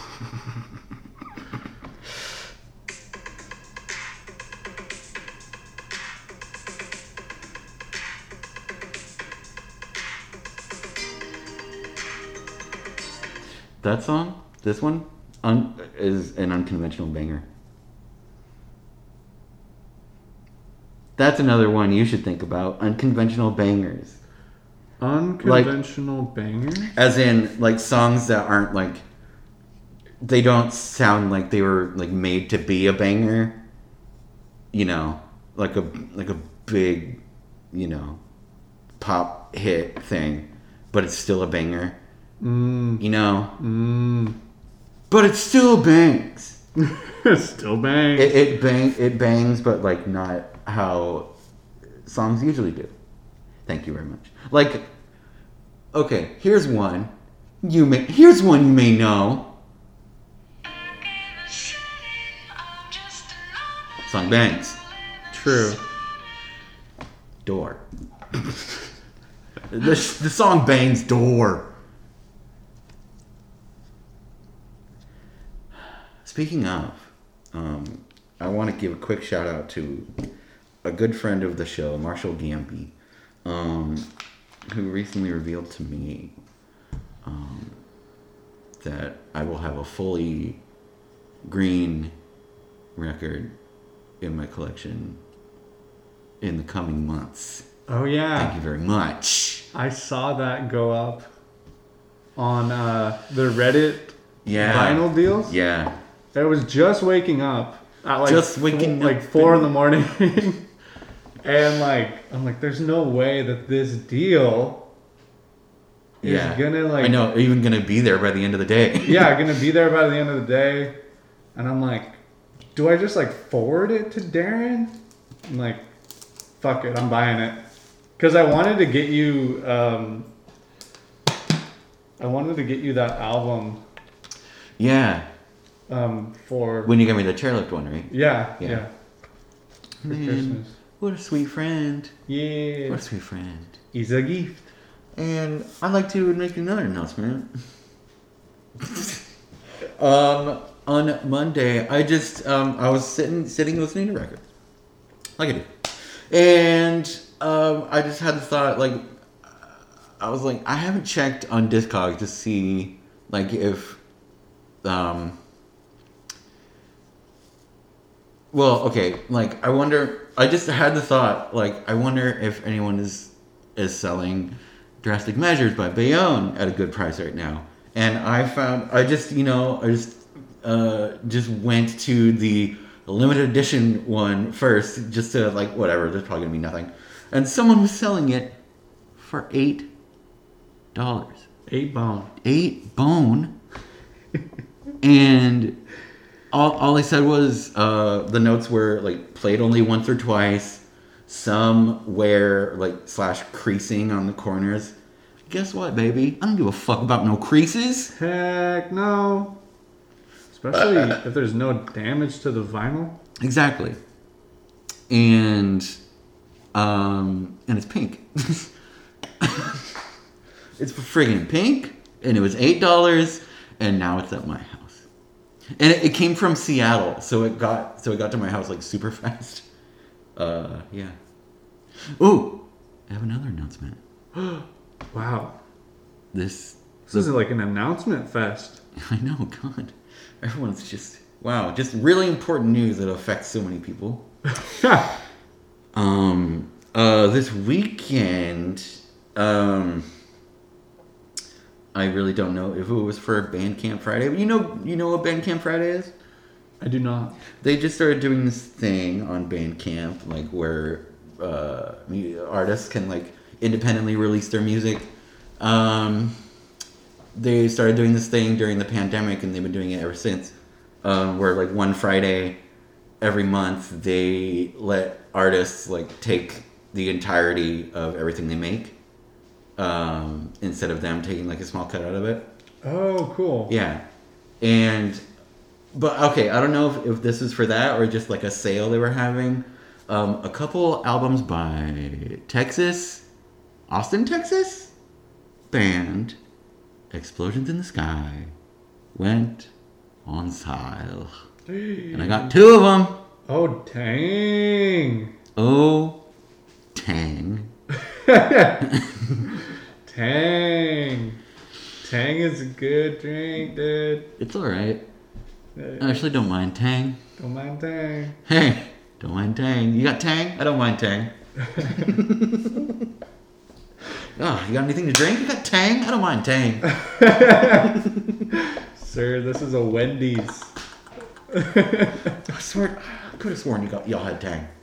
That song. This one. Un- is an unconventional banger. That's another one you should think about. Unconventional bangers.
Unconventional banger. [LAUGHS]
as in like songs that aren't like they don't sound like they were like made to be a banger you know like a like a big you know pop hit thing but it's still a banger mm. you know mm. but it still bangs
Still bang.
it, it bang it bangs, but like not how songs usually do. Thank you very much. Like Okay, here's one. You may here's one you may know. Song bangs.
True.
Door. [LAUGHS] the, the song bangs door. Speaking of, um, I want to give a quick shout out to a good friend of the show, Marshall Gamby, um, who recently revealed to me um, that I will have a fully green record in my collection in the coming months.
Oh
Thank you
yeah,
very much.
I saw that go up on uh, the Reddit
Yeah.
vinyl deals.
Yeah.
I was just waking up at like
Just waking
fo- like
up
four in
and-
the morning, [LAUGHS] and like I'm like, there's no way that
[LAUGHS]
this deal is
yeah.
gonna like
I know, even gonna be there by the end of the day.
yeah, gonna be there by the end of the day. And I'm like, do I just like forward it to Darren? I'm like, fuck it, I'm buying it. Cause I wanted to get you um I wanted to get you that album
[LAUGHS] yeah.
um for
When you gave me the chairlift one, right?
yeah,
Yeah.
yeah, For
Man,
Christmas.
What a sweet friend.
Yeah.
What a sweet friend.
He's a gift.
And I'd like to make another announcement. [LAUGHS] um, on Monday, I just um, I was sitting sitting listening to records, like I do, and um, I just had the thought like I was like I haven't checked on Discogs to see like if um well okay like i wonder i just had the thought like i wonder if anyone is is selling drastic measures by bayonne at a good price right now and i found i just you know i just uh just went to the limited edition one first just to like whatever there's probably gonna be nothing and someone was selling it for eight dollars
Eight bone.
eight bone, and all, all I said was uh, the notes were like played only once or twice, some wear like slash creasing on the corners. Guess what, baby? I don't give a fuck about no creases.
Heck no. Especially if there's no damage to the vinyl.
Exactly. And um and it's pink. [LAUGHS] it's friggin' pink and it was eight dollars and now it's at my house. And it, it came from Seattle, so it got so it got to my house like super [LAUGHS] fast. Uh yeah. Ooh, I have another announcement.
Wow.
This
This is like an announcement fest.
[LAUGHS] I know, God. Everyone's just wow, just really important news that affects so many people. Um, uh, this weekend, um, I really don't know if it was for Bandcamp Friday, but you know, you know what Bandcamp Friday is?
I do not.
They just started doing this thing on Bandcamp, like where uh, mu- artists can like independently release their music. Um, they started doing this thing during the pandemic, and they've been doing it ever since. Um, where like one Friday every month, they let artists like take the entirety of everything they make, um, instead of them taking like a small cut out of it.
Oh, cool.
Yeah. And, but okay, I don't know if, if this is for that or just like a sale they were having. Um, a couple albums by Texas, Austin, Texas band, Explosions in the Sky, went on sale. And I got two of them.
[GASPS] Oh, dang.
Oh, tang.
Tang. Tang is a good drink, dude.
It's alright. I
Hey,
actually don't mind tang.
Don't mind Tang.
Hey, don't mind Tang. You got Tang? I don't mind
[LAUGHS]
Tang. oh, you got anything to drink? You got Tang? I don't mind
[LAUGHS]
Tang.
Sir, this is a Wendy's.
I swear, I could have sworn you got y'all had Tang. [LAUGHS]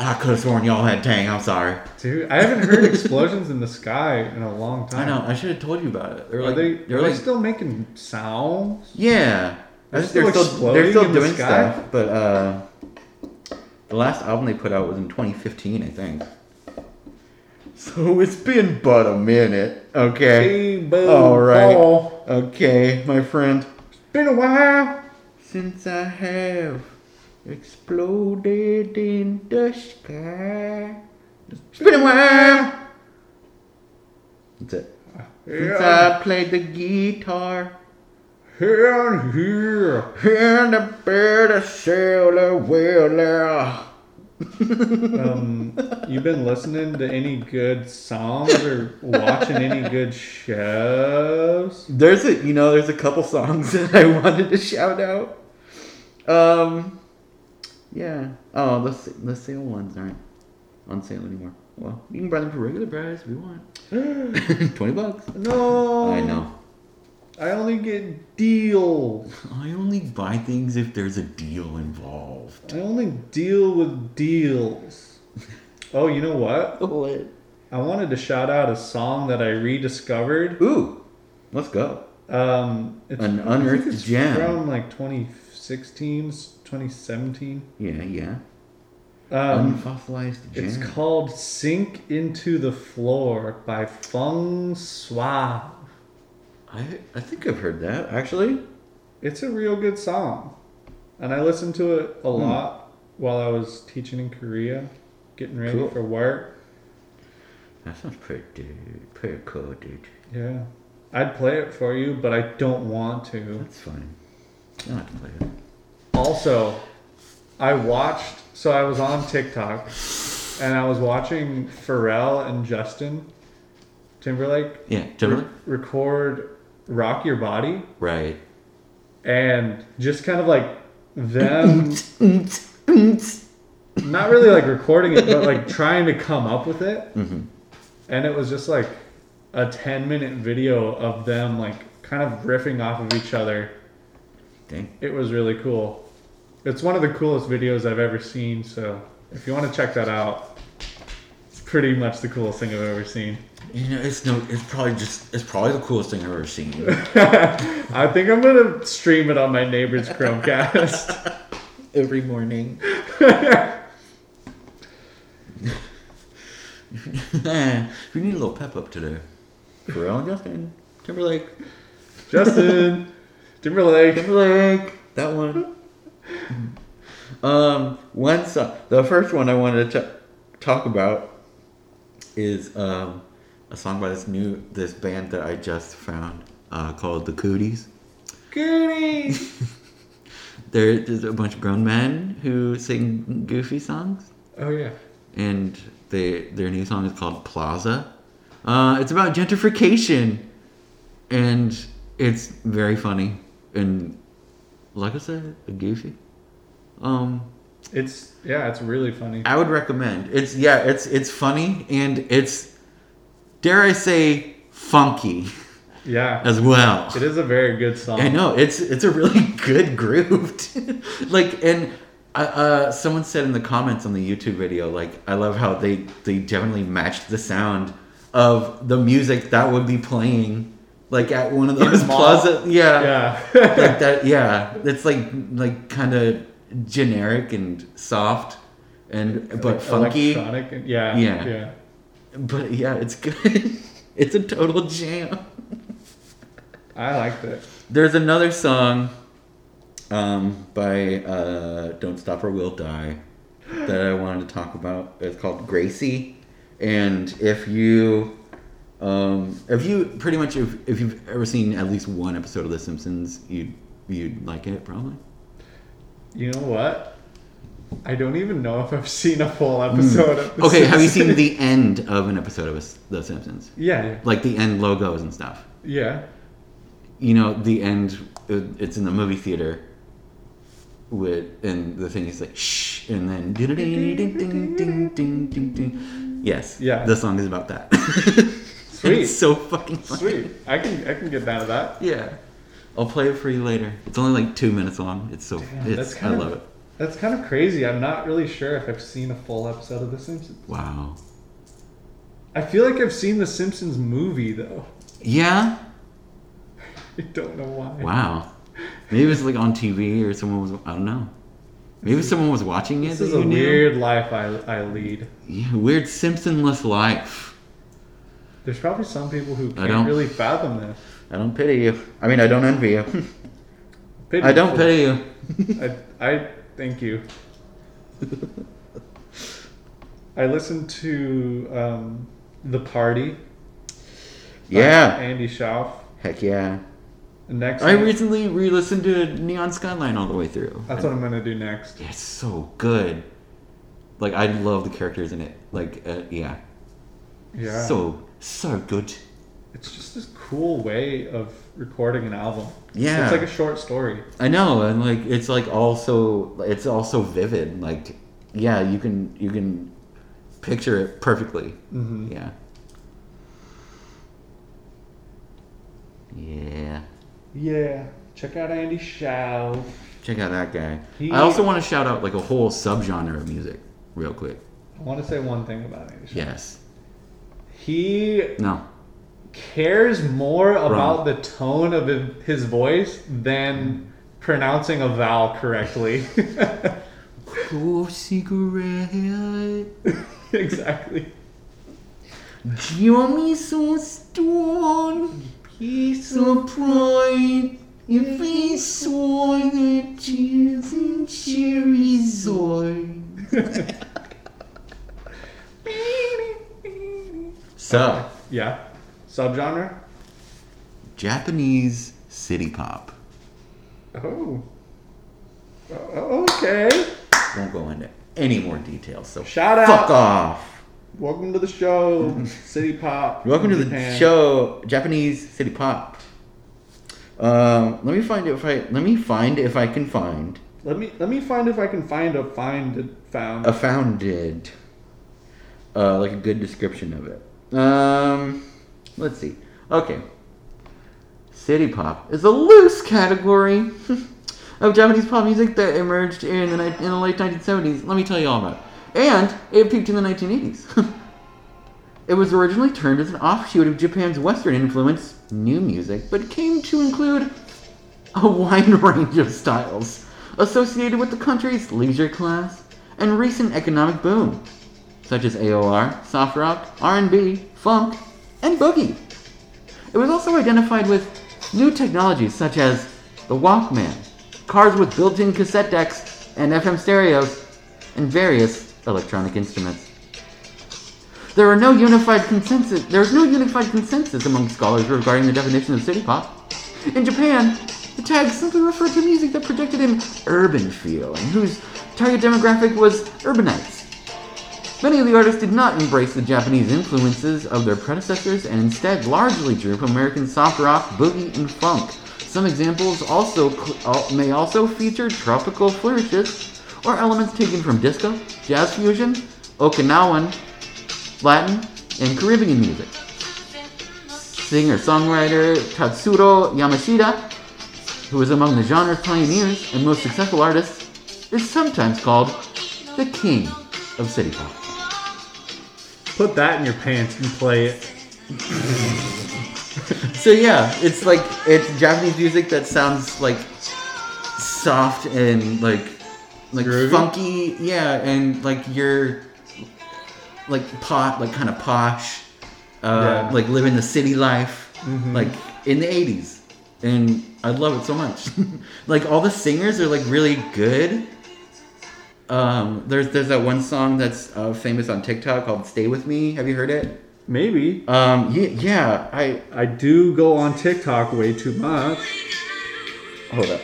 I could have sworn y'all had Tang. I'm sorry.
Dude, I haven't heard explosions in the sky in a long
I
time.
know. I should have told you about it. They're
Are
like,
they,
they, are
are they
like,
still making sounds?
yeah.
They're still
they're
exploding
still
in the
doing
sky?
stuff, but uh, the last album they put out was in 2015, I think. So [LAUGHS] it's been but a minute. Okay.
Hey, boo,
All Oh, right.
ball.
Okay, my friend.
Been a while.
Since I have exploded in the sky. It's been a while. That's it. Since I played the guitar.
Here, here.
And a bird a sailor whaler.
Um, you been listening to any good songs or watching any good
[LAUGHS]
shows? [GASPS]
There's a you know there's a couple songs [LAUGHS] that I wanted to shout out. Um, yeah. Oh, the s- the sale ones aren't on sale anymore. Well, you can buy them for regular price if you want. [LAUGHS] Twenty bucks.
No.
I know.
I only get deals.
I only buy things if there's a deal involved.
I only deal with deals. Oh, you know what? I wanted to shout out a song that I rediscovered.
Ooh, let's go.
Um, it's,
An
I think
unearthed
it's
gem.
from like 2016, 2017.
Yeah, yeah.
Um,
Unfossilized
it's
jam.
called "Sink Into the Floor" by Feng Swa.
I I think I've heard that actually.
It's a real good song, and I listened to it a
Hmm.
lot while I was teaching in Korea, getting ready
Cool.
for work.
That sounds pretty dude. Pretty cool, dude.
Yeah. I'd play it for you, but I don't want to.
That's fine. I don't have to play it.
Also, I watched, so I was on TikTok and I was watching Pharrell and Justin Timberlake
Yeah, Timberlake.
record Rock Your Body
Right.
and just kind of like them not really like recording it, but like trying to come up with it. And it was just like a 10 minute video of them like kind of riffing off of each other.
Dang.
It was really cool. It's one of the coolest videos I've ever seen. So if you want to check that out, it's pretty much the coolest thing I've ever seen.
You know, it's no. It's probably just. It's probably the coolest thing I've ever [LAUGHS] seen.
I think I'm gonna stream it on my neighbor's Chromecast.
Every morning. we need a little pep up today. Pharrell and Justin. Timberlake.
Justin Timberlake.
Timberlake. That one. [LAUGHS] Um, one song. The first one I wanted to t- talk about is um, a song by this new this band that I just found uh, called The Cooties.
Goody.
There- There's a bunch of grown men who sing goofy songs,
Oh yeah.
and they their new song is called Plaza. Uh, it's about gentrification, and it's very funny and, like I said, goofy. Um,
It's yeah. It's really funny.
I would recommend. It's yeah, it's it's funny and it's dare I say funky
Yeah.
as well.
It is a very good song.
I know it's it's a really [LAUGHS] good groove. [LAUGHS] too. like and uh, uh, someone said in the comments on the YouTube video, like I love how they they definitely matched the sound of the music that would be playing, like at one of those
mall?
plaza. Yeah,
Yeah.
like that. Yeah, it's like like kind of generic and soft, and but
[LAUGHS] Like
funky.
Electronic. and- Yeah.
Yeah.
Yeah.
But yeah, it's good. [LAUGHS] it's a total jam.
I liked it.
There's another song um, by uh, Don't Stop or We'll Die that I wanted to talk about. It's called Gracie. And if you, um, if you pretty much, if, if you've ever seen at least one episode of The Simpsons, you'd, you'd like it probably.
You know what? I don't even know if I've seen a full episode of.
Hmm.
The
Okay, have you
Simpsons.
seen the end of an episode of The Simpsons?
Yeah. yeah.
Like the end logos and stuff.
Yeah.
you know the end it- it's in the movie theater with and the thing is like shh and then ding ding ding ding ding ding ding yes
Yeah.
the song is about that
[LAUGHS] Sweet.
it's so fucking funny.
Sweet. I can I can get down to that.
yeah i'll play it for you later it's only like two minutes long it's so
Damn, that's
it's i
kind of-
love it
That's kind of crazy. I'm not really sure if I've seen a full episode of The Simpsons.
wow
I feel like I've seen The Simpsons movie though. [LAUGHS]
yeah
I don't know why.
wow maybe it was like on tv or someone was i don't know maybe someone was watching it
This
that
is a
you knew.
weird life I, I lead.
yeah, weird simpson-less life
There's probably some people who
don't.
can't really fathom this.
I don't pity you. I mean, I don't envy you. [LAUGHS]
Pity
I don't
for-
pity you.
[LAUGHS] I, I thank
[LAUGHS]
you. I listened to um, The Party by
Yeah.
Andy Schauf.
Heck yeah.
Next,
I
one-
recently re-listened to Neon Skyline all the way through.
that's what I'm gonna do next.
It's so good. Like I love the characters in it. Like uh, yeah.
Yeah,
So so good.
it's just this cool way of recording an album.
Yeah.
it's like a short story.
I know, and like it's like also it's also vivid. Like yeah, you can you can picture it perfectly.
Mhm.
Yeah. Yeah.
Yeah, check out Andy Schauf.
Check out that guy.
He-
I also want to shout out like a whole subgenre of music, real quick.
I want to say one thing about Andy Schauf.
Yes.
He
No.
cares more
Wrong.
about the tone of hi- his voice than pronouncing a vowel correctly. [LAUGHS]
Cool cigarette.
exactly.
Jimmy so strong. He's so bright. If he saw the tears in Cherry's eyes. so,
Yeah. Subgenre?
Japanese city pop.
Oh. O- Oh, Okay.
Won't go into any more details. So
Shout
Fuck
out.
off.
Welcome to
[LAUGHS]
the show, City Pop.
Welcome to the
Japan.
show, Japanese City Pop. Um, let me find if I let me find if I can find
Let me let me find if I can find a find a found.
a founded, uh, like a good description of it. Um, let's see. Okay, city pop is a loose category [LAUGHS] of Japanese pop music that emerged in the ni- in the late 1970s. Let me tell you all about. It. And it peaked in the 1980s. [LAUGHS] It was originally termed as an offshoot of Japan's Western influence, new music, but came to include a wide [LAUGHS] range of styles associated with the country's leisure class and recent economic boom, such as AOR, soft rock, R&B, funk, and boogie. It was also identified with new technologies such as the Walkman, cars with built-in cassette decks and FM stereos, and various electronic instruments. There are no unified consensus. There is no unified consensus among scholars regarding the definition of city pop. In Japan, the tag simply referred to music that projected an urban feel and whose target demographic was urbanites. Many of the artists did not embrace the Japanese influences of their predecessors and instead largely drew from American soft rock, boogie, and funk. Some examples also cl- al- may also feature tropical flourishes or elements taken from disco, jazz fusion, Okinawan, Latin, and Caribbean music. Singer-songwriter Tatsuro Yamashita, who is among the genre's pioneers and most successful artists, is sometimes called the king of city pop.
Put that in your pants and play it.
So yeah, it's like it's Japanese music that sounds like soft and like like
Groovy?
funky, yeah, and like you're like pot, like kind of posh, uh,
Yeah. Mm-hmm.
like living the city life, like in the '80s, and I love it so
[LAUGHS]
much. like all the singers are like really good. Um, there's there's that one song that's uh, famous on TikTok called "Stay with Me." Have you heard it?
Maybe.
Um, yeah, yeah, I
I do go on TikTok way too much.
hold up.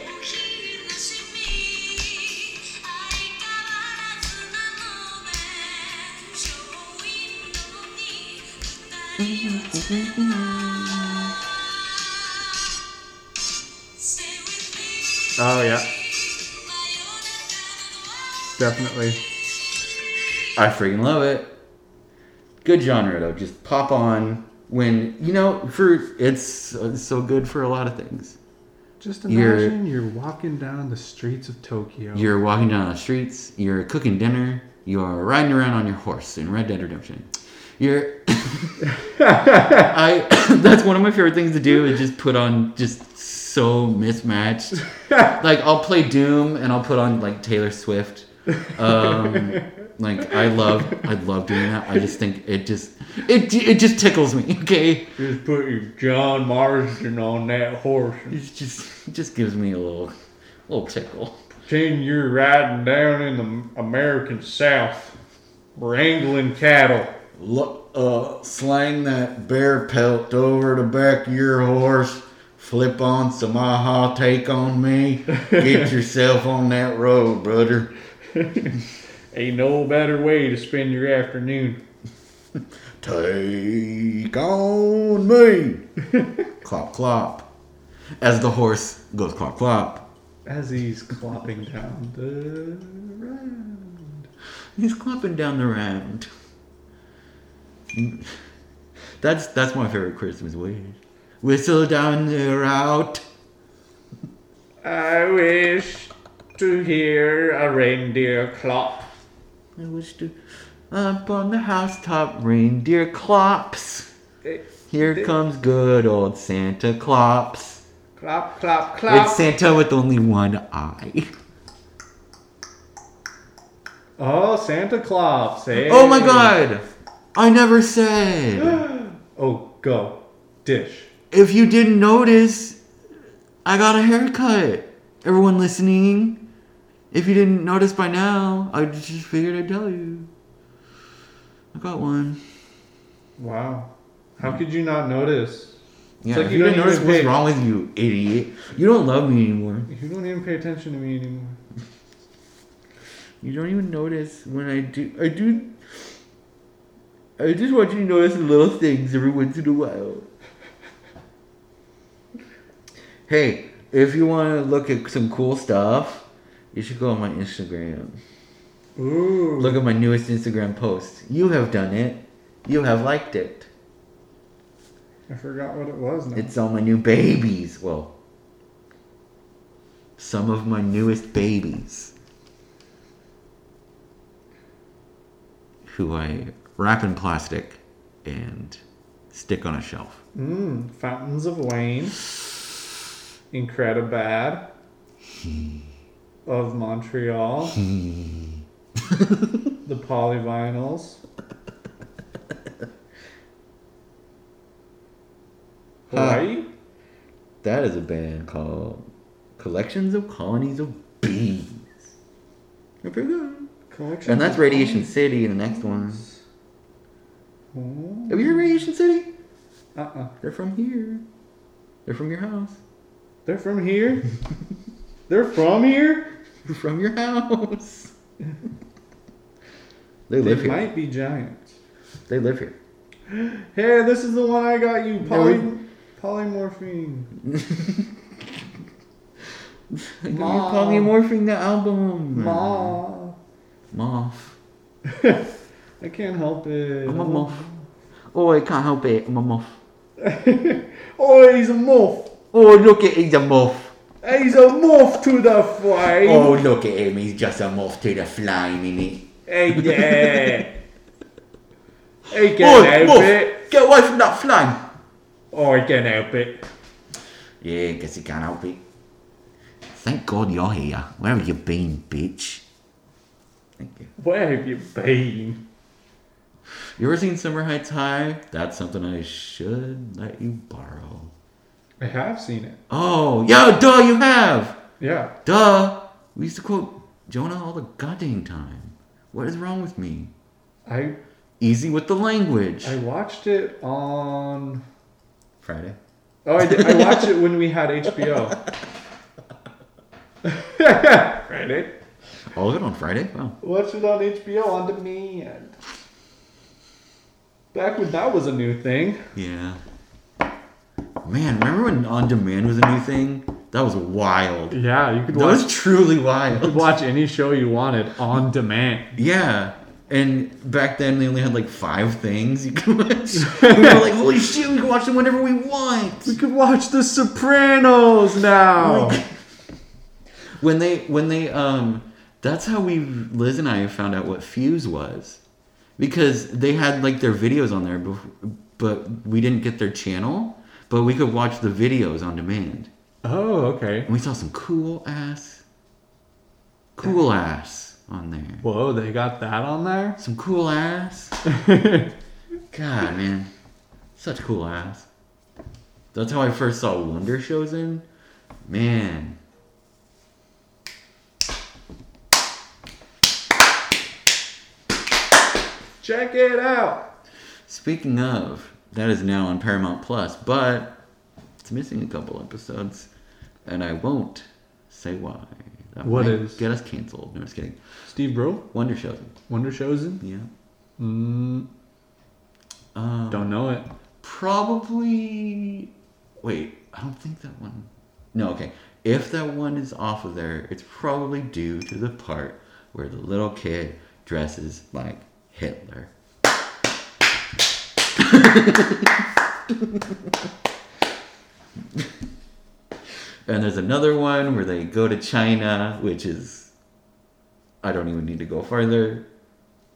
Oh yeah. Definitely.
I freaking love it. Good genre though. Just pop on when you know for it's, it's so good for a lot of things.
Just
You're-
imagine you're, walking down the streets of Tokyo.
You're walking down the streets. You're cooking dinner. You're riding around on your horse in Red Dead Redemption. You're. I. [COUGHS] that's one of my favorite things to do is just put on just so mismatched. like I'll play Doom and I'll put on like Taylor Swift. Um, Like I love, I love doing that. I just think it just, it it just tickles me. Okay,
Just put your John Marsden on that horse and
it just it just gives me a little, little tickle.
pretend you're riding down in the American South, wrangling cattle.
Lo- uh, slang that bear pelt over the back of your horse. Flip on some aha take on me. Get yourself on that road, brother.
Ain't no better way to spend your afternoon.
Take on me. clop clop. As the horse goes clop clop.
As he's clopping down the road.
He's clopping down the round. That's that's my favorite Christmas wish. Whistle down the route.
I wish to hear a reindeer clop.
I wish to up on the housetop reindeer clops.
Eh,
Here comes good old Santa Clops.
Clop, clop, clop.
It's Santa with only one eye.
oh, Santa Claus. eh? Hey.
Oh my god! I never said.
[GASPS] Oh, go. Dish.
If you didn't notice, I got a haircut. Everyone listening, if you didn't notice by now, I just figured I'd tell you. I got one.
Wow. How could you not notice?
Yeah,
like
if
you
you didn't
don't
notice
even
what's
pay-
wrong with you, idiot. You don't love me anymore.
You don't even pay attention to me anymore.
You don't even notice when I do. I do. I just want you to notice the little things every once in a while. hey, if you want to look at some cool stuff, you should go on my Instagram.
Ooh.
Look at my newest Instagram post. You have done it. You have liked it.
I forgot what it was now.
It's all my new babies. Well, some of my newest babies. Who I wrap in plastic and stick on a shelf.
Mm, Fountains of Wayne. Incredibad. of Montreal. the Polyvinyls. Hawaii?
That is a band called Collections of Colonies of Bees. They're pretty good.
Collection
And that's
of-
Radiation City, the next one.
Oh,
Have you heard Radiation City?
Uh-uh.
They're from here. They're from your house.
They're from here? They're from here?
[LAUGHS] from your house. [LAUGHS] they
They
live here.
might be giants.
They live here.
Hey, this is the one I got you. Poly-
No.
polymorphine.
You're
Ma.
polymorphing the album.
Ma.
Moth.
I can't help it.
I'm a moth. Oh, I can't help it. I'm a moth.
oh, he's a moth.
Oh, look at he's a moth.
He's a moth to the fly.
Oh, look at him. He's just a moth to the fly, minute.
Hey, yeah. he
Oh,
can help it.
moth. Get away from that fly.
Oh, he can help it.
Yeah, I guess he can't help it. Thank God you're here. Where have you been, bitch? Thank you.
Where have you been?
You ever seen Summer Heights High? That's something I should let you borrow.
I have seen it.
Oh, yo, duh, you have!
Yeah.
Duh! We used to quote Jonah all the goddamn time. What is wrong with me?
I
Easy with the language.
I watched it on.
Friday.
Oh, I, did- I watched it when we had HBO. [LAUGHS] Ready?
All of it on Friday? Wow.
Watch it on HBO on demand. Back when that was a new thing.
Yeah. Man, remember when on demand was a new thing? That was wild.
Yeah, you could
That was truly wild.
watch any show you wanted on demand.
Yeah. And back then they only had like five things you could watch. we were like, holy shit, we can watch them whenever we want.
You could watch The Sopranos now.
when they when they um that's how we liz and i found out what fuse was because they had like their videos on there bef- but we didn't get their channel but we could watch the videos on demand
oh, okay.
and we saw some cool ass cool ass on there.
Whoa, they got that on there? [LAUGHS]
Some cool ass. God, man. Such cool ass. That's how I first saw Wonder shows in. Man.
Check it out.
Speaking of, that is now on Paramount Plus, but it's missing a couple episodes, and I won't say why. That
What
might
is?
Get us canceled. No, just kidding.
Steve Bro,
Wonder shows.
Wonder Chosen.
Yeah.
Mm,
Um,
don't know it.
probably wait i don't think that one no okay if that one is off of there it's probably due to the part where the little kid dresses like hitler and there's another one where they go to china which is i don't even need to go farther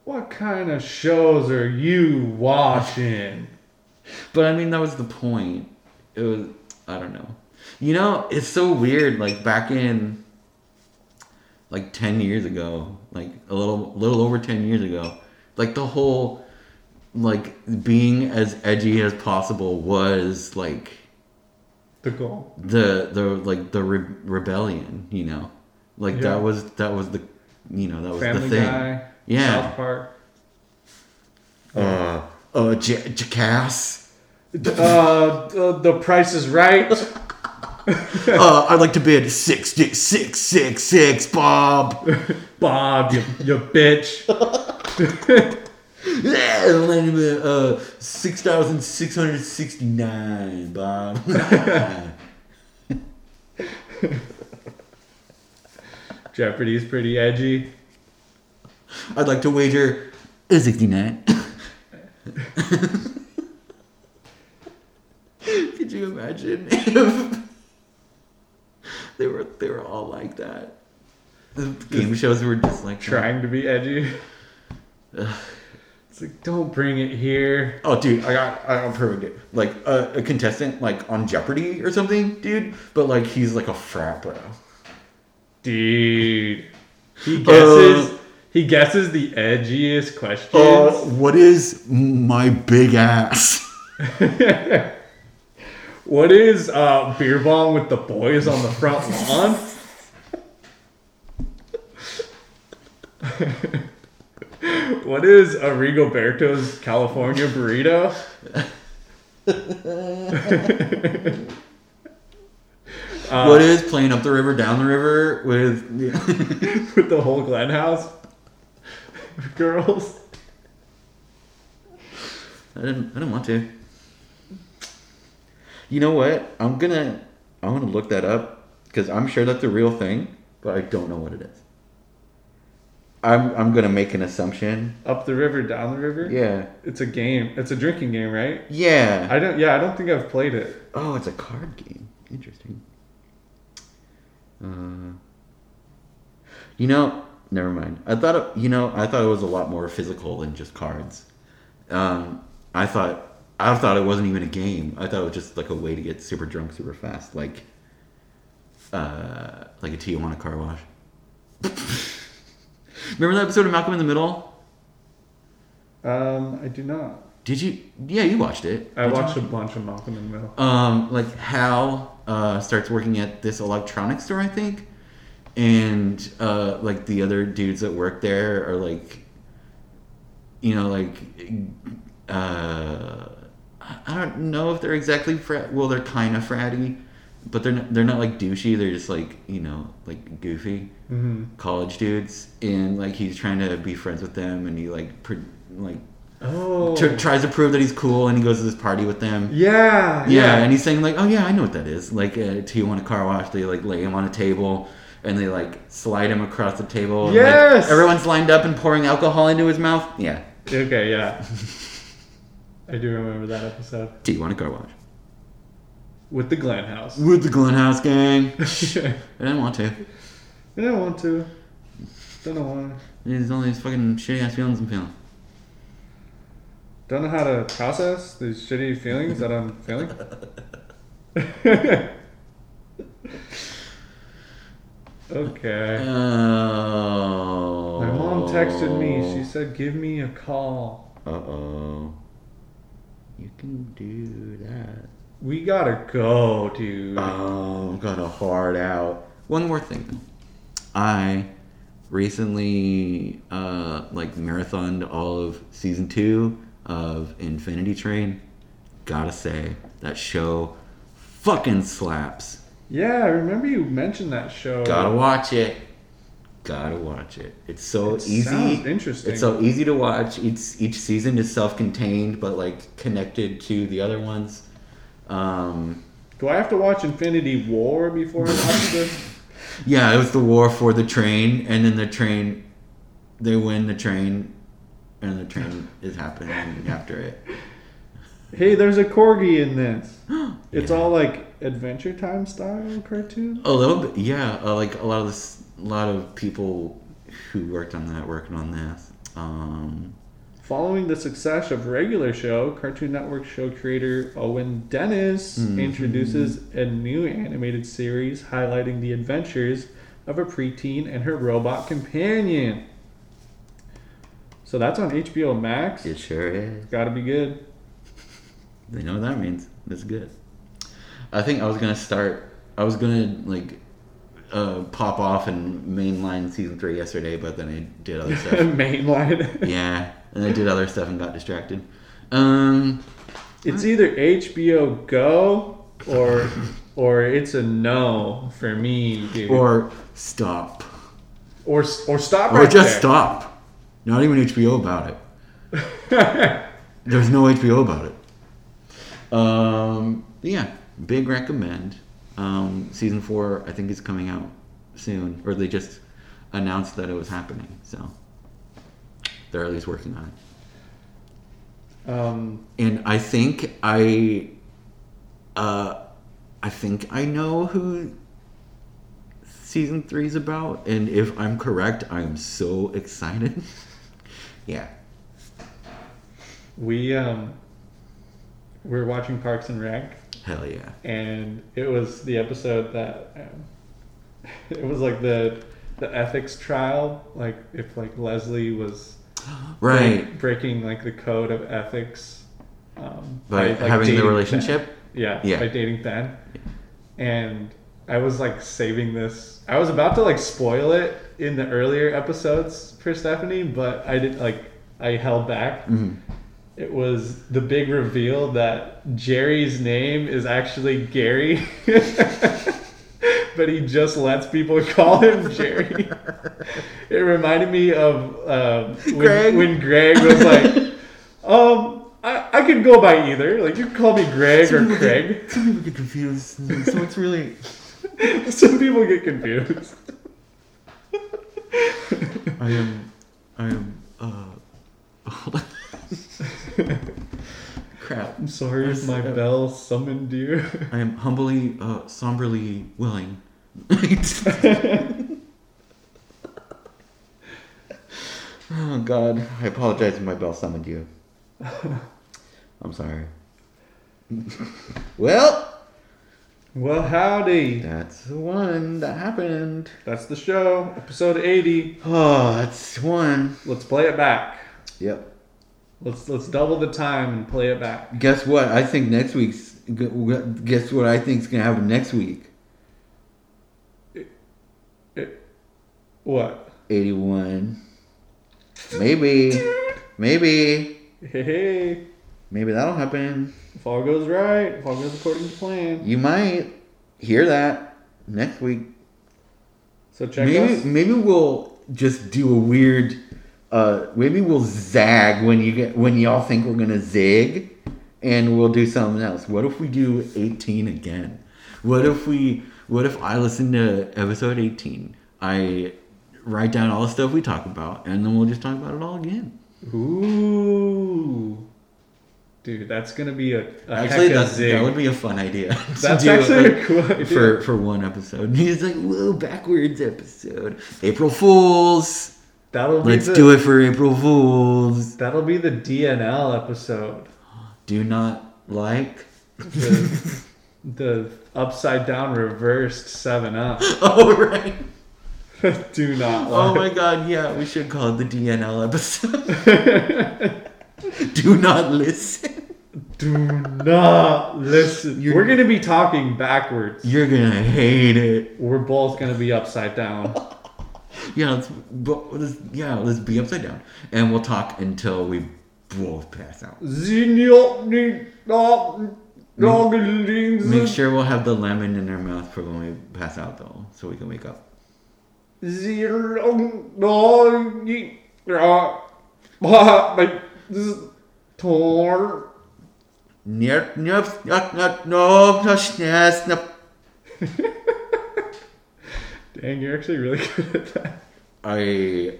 What kind of shows are you watching?
But I mean, that was the point. It was, I don't know. You know, it's so weird. Like back in, like ten years ago, like a little, little over ten years ago, like the whole, like being as edgy as possible was like
The goal.
the the like the re- rebellion. You know, like
Yeah.
that was that was the, you know, that was the
Family
thing.
Guy.
Yeah.
South Park.
Uh, uh, J-
[LAUGHS]
Jackass.
Uh, the, the Price is Right.
uh, I'd like to bid six, six, six, six, Bob.
Bob, you, you bitch.
[LAUGHS] Yeah, I'd like to bid, uh, six thousand six hundred sixty-nine, Bob. [LAUGHS]
Jeopardy's pretty edgy.
I'd like to wager a sixty-nine. [LAUGHS] Could you imagine if they were they were all like that? The game shows were just like that.
Trying to be edgy. It's like, don't bring it here.
Oh, dude, I got, I- I've heard it. Like a, a contestant, like on Jeopardy or something, dude. But like he's like a frat bro.
Dude. He
Oh.
guesses. he guesses the edgiest questions.
Uh, what is my big ass?
What is uh, beer bong with the boys on the front lawn? [LAUGHS] what is a Rigoberto's California burrito? [LAUGHS]
what is playing up the river, down the river with?
with the whole Glen House [LAUGHS] girls.
[LAUGHS] I didn't, I didn't want to. You know what? I'm gonna, I'm gonna look that up because I'm sure that's a real thing, but I don't know what it is. I'm, I'm gonna make an assumption.
Up the river, down the river.
Yeah,
It's a game. It's a drinking game, right?
yeah.
I don't. Yeah, I don't think I've played it.
Oh, it's a card game. Interesting. Uh, you know, never mind. I thought it, you know I thought it was a lot more physical than just cards. Um, I thought I thought it wasn't even a game. I thought it was just like a way to get super drunk super fast, like uh, like a Tijuana car wash. [LAUGHS] Remember that episode of Malcolm in the Middle?
Um, I do not.
Did you? Yeah, you watched it.
I
Did you
watched a bunch of Malcolm in the Middle.
um, like Hal uh, starts working at this electronics store, I think, and uh, like the other dudes that work there are like, you know, like, uh, I I don't know if they're exactly frat. Well, they're kind of fratty, but they're not, they're not like douchey. They're just like you know like goofy
Mm-hmm.
college dudes, and like he's trying to be friends with them, and he like pr- like
Oh,
tr- tries to prove that he's cool, and he goes to this party with them.
yeah,
Yeah, and he's saying like, "Oh yeah, I know what that is." Like uh, a Tijuana car wash, they like lay him on a table, and they like slide him across the table. and, like,
Yes!
everyone's lined up and pouring alcohol into his mouth. Yeah,
Okay, yeah. [LAUGHS] I do remember that episode
Tijuana car wash
with the Glen House. [LAUGHS]
with the Glen House gang.
I
[LAUGHS] I didn't want to.
don't want to. Don't know why.
There's all these fucking shitty ass feelings I'm [LAUGHS] feeling.
Don't know how to process these shitty feelings that I'm feeling. [LAUGHS] okay.
Oh,
texted me.
Uh-oh.
She said, "Give me a call."
Uh oh. You can do that.
We gotta go, dude.
Oh, I'm gonna hard out. One more thing. though. I recently uh, like marathoned all of season two of Infinity Train. Gotta say that show fucking slaps.
Yeah, I remember you mentioned that show.
Gotta watch it. Gotta watch it. It's so
It
easy.
sounds interesting.
It's so easy to watch. Each each season is self-contained, but like connected to the other ones. Um,
Do I have to watch Infinity War before I watch this?
yeah, it was the war for the train, and then the train, they win the train, and the train is happening after it.
Hey, there's a corgi in this. It's
Yeah.
all like Adventure Time style cartoon.
A little bit, yeah. Uh, like a lot of this, a lot of people who worked on that working on this. Um,
Following the success of regular show, Cartoon Network show creator Owen Dennis introduces a new animated series highlighting the adventures of a preteen and her robot companion. So that's on HBO Max.
it sure is.
Gotta be good.
They know what that means. That's good. I think I was gonna start. I was gonna like uh, pop off and mainline season three yesterday, but then I did other stuff.
[LAUGHS] Mainline.
yeah, and I did other stuff and got distracted. Um,
It's either HBO Go or or it's a no for me, dude.
or stop,
or, s- or stop
or
right
just
there.
stop. Not even HBO about it. There's no HBO about it. Um, yeah, big recommend. Um, season four, I think, is coming out soon, or they just announced that it was happening. So they're at least working on it.
[LAUGHS] Um,
And I think I, uh, I think I know who season three's about, and if I'm correct, I am so excited. [LAUGHS] yeah.
we um, we were watching Parks and Rec,
Hell yeah.
and it was the episode that um, [LAUGHS] it was like the the ethics trial, like if like Leslie was
Right.
breaking like the code of ethics um,
By
like,
having the
dating
relationship.
Ben. Yeah,
Yeah.
by dating Ben, and I was like saving this. I was about to like spoil it in the earlier episodes for Stephanie, but I didn't like. I held back.
Mm-hmm.
It was the big reveal that Jerry's name is actually Gary. [LAUGHS] But he just lets people call him Jerry. it reminded me of um when,
Greg.
when Greg was like, um, I, I could go by either. Like, you can call me Greg or
[LAUGHS]
Craig. [LAUGHS]
Some people get confused. So it's really
Some people get confused.
I am I am uh hold on. [LAUGHS] crap.
I'm sorry if my bell summoned you. [LAUGHS]
I am humbly uh somberly willing. [LAUGHS] oh god. I apologize if my bell summoned [LAUGHS] you. I'm sorry. well
well, howdy.
that's the one that happened.
That's the show, episode 80.
Oh, that's the one.
Let's play it back.
Yep.
Let's let's double the time and play it back.
Guess what? I think next week's. Guess what I think's gonna happen next week?
What?
Eighty-one. Maybe. Maybe.
Hey, hey.
Maybe that'll happen.
If all goes right, if all goes according to plan.
You might hear that next week.
So check
Maybe.
us.
Maybe we'll just do a weird. Uh, maybe we'll zag when you get when y'all think we're gonna zig, and we'll do something else. What if we do eighteen again? What if we? What if I listen to episode eighteen? I write down all the stuff we talk about, and then we'll just talk about it all again.
Ooh. Dude, that's gonna be a, a
Actually,
heck of
that's,
zig.
that would be a fun idea. [LAUGHS] to
[LAUGHS] That's
do
actually
it
a cool idea.
for for one episode. [LAUGHS] He's like, whoa, backwards episode. April Fools.
that'll be
Let's
the,
do it for April Fools.
That'll be the DNL episode.
Do not like. [LAUGHS]
The, the upside down reversed seven up. [LAUGHS]
Oh right.
Do not
Oh
want.
my god, yeah, we should call it the DNL episode. [LAUGHS]
[LAUGHS]
Do not listen.
Do not listen.
You're-
We're gonna be talking backwards.
You're gonna hate it.
We're both gonna be upside down.
[LAUGHS] Yeah, let's, but let's yeah, let's be upside down, and we'll talk until we both pass out. Make
Make
sure we'll have the lemon in our mouth for when we pass out, though, so we can wake up. Nyerp, nyerp, nyerp, nyerp, no, no, snas, no.
Dang, you're actually really [LAUGHS] good at that.
I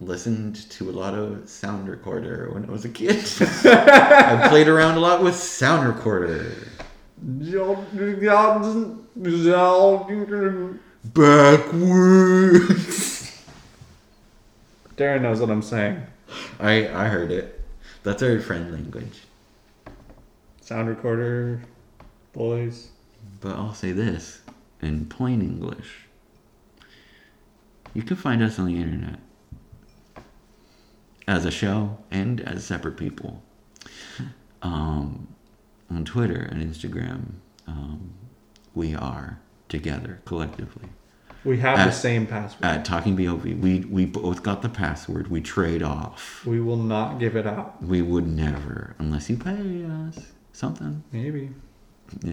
listened to a lot of sound recorder when I was a kid. [LAUGHS] I played around a lot with sound recorder. Backwards.
Darren knows what I'm saying.
I I heard it. That's our friend language.
Sound recorder, boys.
But I'll say this in plain English. You can find us on the internet as a show and as separate people. Um, on Twitter and Instagram, um, we are together collectively
We have
Uh,
the same password.
at Talking BOV. We we both got the password. We trade off.
we will not give it out.
We would never, unless you pay us something.
Maybe.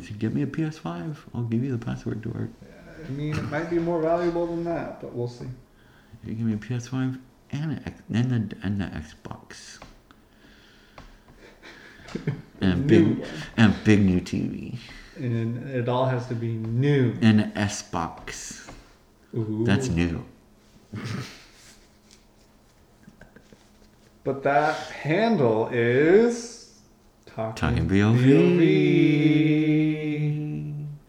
If you give me a PS5, I'll give you the password to our
I mean, it might be more valuable than that, but we'll see.
You give me a PS5 and an X- and the and the Xbox. And
New
big and big new TV
And it all has to be new.
and an S box.
Ooh.
That's new.
But that handle is talking,
Talking BOV.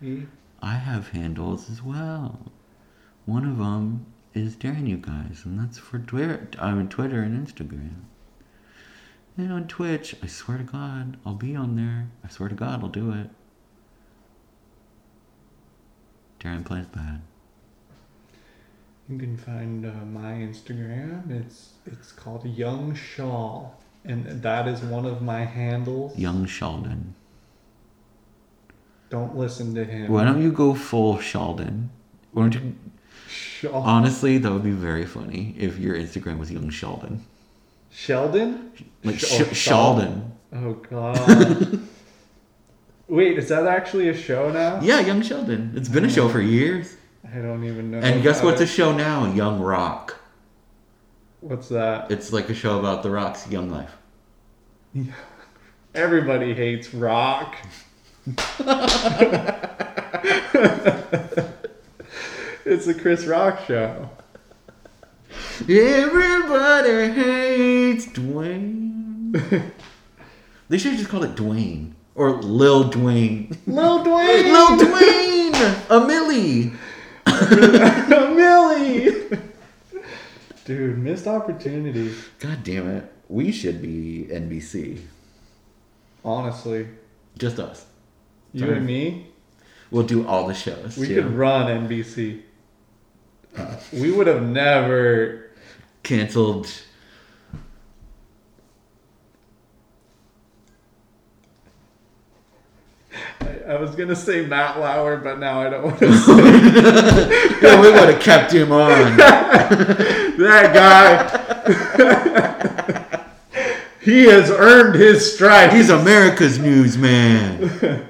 BOV.
I have handles as well. One of them is Darren You Guys, and that's for Twitter. I'm on Twitter and Instagram. And on Twitch, I swear to God, I'll be on there. I swear to God, I'll do it. Darren plays bad.
You can find uh, my Instagram. It's it's called Young Shaw, and that is one of my handles.
Young Sheldon.
Don't listen to him.
Why don't you go full Sheldon? Why don't you?
Shaw
Honestly, that would be very funny if your Instagram was Young Sheldon,
Sheldon?
like
Sh-
Sh-
oh,
Sheldon. [LAUGHS]
Oh God. Wait, is that actually a show now?
Yeah, Young Sheldon. It's been a show for years.
I don't even know.
And guess
about
what's
it.
a show now? Young Rock.
What's that?
It's like a show about The Rock's young life.
[LAUGHS] Everybody hates rock. [LAUGHS] it's a Chris Rock show.
Everybody hates Dwayne. [LAUGHS] they should have just called it Dwayne or Lil [LAUGHS] Dwayne.
Lil Dwayne.
Lil Dwayne, a Millie.
[LAUGHS] Millie! Dude, missed opportunity.
God damn it, we should be NBC.
Honestly,
Just us.
you
Sorry.
and me,
We'll do all the shows.
we
too.
could run NBC. Uh, we would have never.
canceled. [LAUGHS]
I, I was gonna say Matt Lauer, but now I don't want to. say
Yeah, we would have kept him on.
that guy. he has earned his stripes.
He's America's newsman.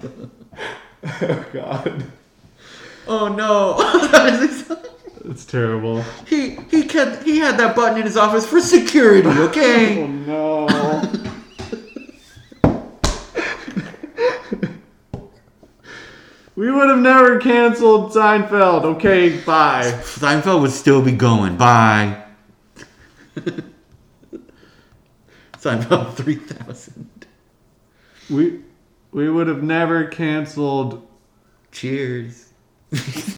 [LAUGHS]
oh God,
Oh [LAUGHS] no!
that's terrible.
he he kept he had that button in his office for security.
Oh
Okay.
no. [LAUGHS] we would have never canceled Seinfeld. Okay, bye.
[LAUGHS] Seinfeld would still be going. Bye. [LAUGHS] Seinfeld three thousand.
We we would have never canceled
Cheers.